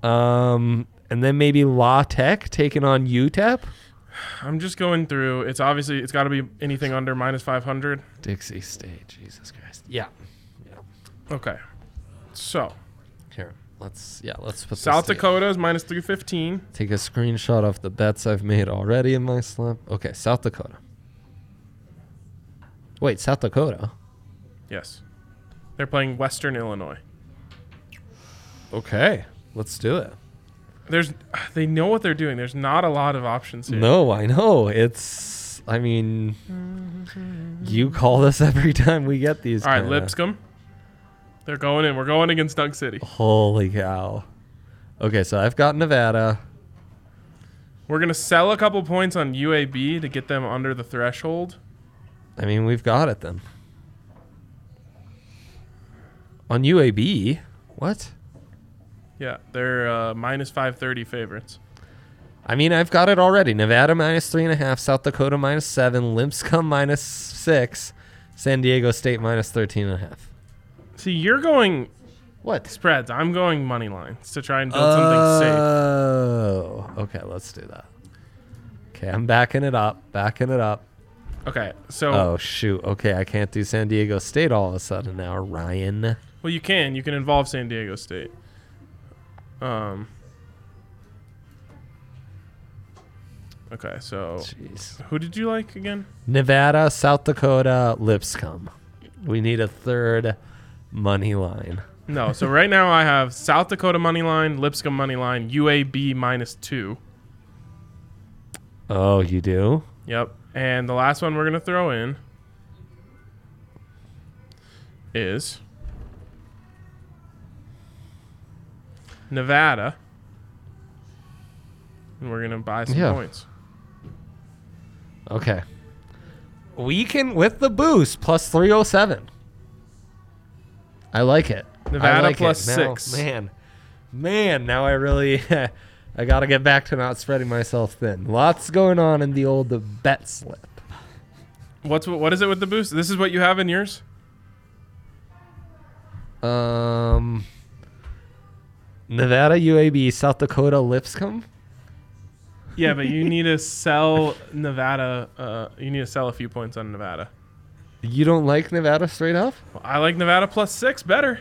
Speaker 2: Um, and then maybe La Tech taking on E UTEP.
Speaker 1: I'm just going through. It's obviously it's got to be anything under minus 500.
Speaker 2: Dixie State, Jesus Christ. Yeah.
Speaker 1: Okay, so
Speaker 2: Here, let's yeah, let's put this
Speaker 1: South
Speaker 2: together.
Speaker 1: Dakota is minus 315.
Speaker 2: Take a screenshot of the bets I've made already in my slump. Okay, South Dakota. Wait, South Dakota.
Speaker 1: Yes, they're playing Western Illinois.
Speaker 2: Okay, let's do it.
Speaker 1: There's they know what they're doing. There's not a lot of options here.
Speaker 2: No, I know it's. I mean, you call this every time we get these.
Speaker 1: All right,
Speaker 2: kinda-
Speaker 1: Lipscomb. They're going in. We're going against Dunk City.
Speaker 2: Holy cow. Okay, so I've got Nevada.
Speaker 1: We're gonna sell a couple points on UAB to get them under the threshold.
Speaker 2: I mean, we've got it then. On UAB, what?
Speaker 1: Yeah, they're uh, minus 530 favorites.
Speaker 2: I mean, I've got it already. Nevada minus three and a half, South Dakota minus seven, Limpscomb minus six, San Diego State minus 13 and a half.
Speaker 1: See, you're going
Speaker 2: What?
Speaker 1: spreads. I'm going money lines to try and build
Speaker 2: Uh,
Speaker 1: something safe.
Speaker 2: Oh, okay, let's do that. Okay, I'm backing it up, backing it up.
Speaker 1: Okay, so
Speaker 2: Oh, shoot. Okay, I can't do San Diego State all of a sudden now, Ryan.
Speaker 1: well, you can you can involve San Diego State. Um. Okay, so
Speaker 2: Jeez.
Speaker 1: who did you like again?
Speaker 2: Nevada, South Dakota, Lipscomb. We need a third money line.
Speaker 1: No, so right now I have South Dakota money line, Lipscomb money line, UAB minus two.
Speaker 2: Oh, you do?
Speaker 1: Yep. And the last one we're gonna throw in is Nevada. And we're gonna buy some
Speaker 2: Yeah.
Speaker 1: points.
Speaker 2: Okay. We can with the boost plus 307. I like it. I
Speaker 1: Nevada
Speaker 2: like
Speaker 1: plus
Speaker 2: Now-
Speaker 1: six.
Speaker 2: Man, man, now I really, I got to get back to not spreading myself thin. Lots going on in the old bet slip.
Speaker 1: What's what is it with the boost? This is what you have in yours?
Speaker 2: Um, Nevada, UAB, South Dakota, Lipscomb.
Speaker 1: Yeah, but you need to sell Nevada. Uh, you need to sell a few points on Nevada.
Speaker 2: You don't like Nevada straight up?
Speaker 1: I like Nevada plus six better.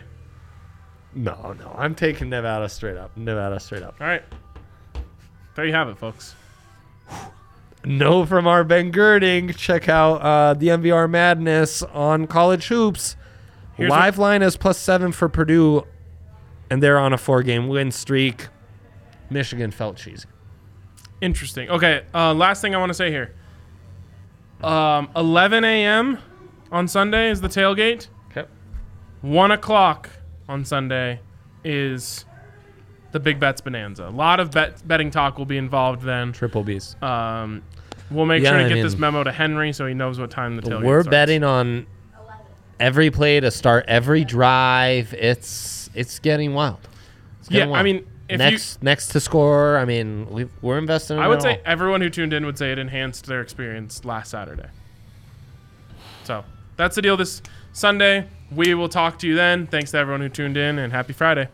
Speaker 2: No, no. I'm taking Nevada straight up. Nevada straight up.
Speaker 1: All right. There you have it, folks.
Speaker 2: No from our Ben Girding. Check out uh, the MVR Madness on College Hoops.
Speaker 1: Here's
Speaker 2: Live line is plus seven for Purdue, and they're on a four game win streak. Michigan felt cheesy.
Speaker 1: Interesting. Okay, uh, last thing I want to say here. Um, 11 a.m. on Sunday is the tailgate.
Speaker 2: Okay.
Speaker 1: One o'clock on Sunday is the Big Bets Bonanza. A lot of bet- betting talk will be involved then.
Speaker 2: Triple B's.
Speaker 1: Um, we'll make
Speaker 2: Yeah,
Speaker 1: sure to
Speaker 2: I
Speaker 1: get this
Speaker 2: mean-
Speaker 1: memo to Henry so he knows what time the tailgate
Speaker 2: We're
Speaker 1: starts.
Speaker 2: betting on every play to start every drive. It's it's getting wild. It's
Speaker 1: Yeah,
Speaker 2: getting
Speaker 1: I
Speaker 2: wild.
Speaker 1: mean, if you,
Speaker 2: next next to score. I mean, we we're investing. In
Speaker 1: I
Speaker 2: it
Speaker 1: would say
Speaker 2: all.
Speaker 1: everyone who tuned in would say it enhanced their experience last Saturday. So that's the deal this Sunday. We will talk to you then. Thanks to everyone who tuned in, and happy Friday.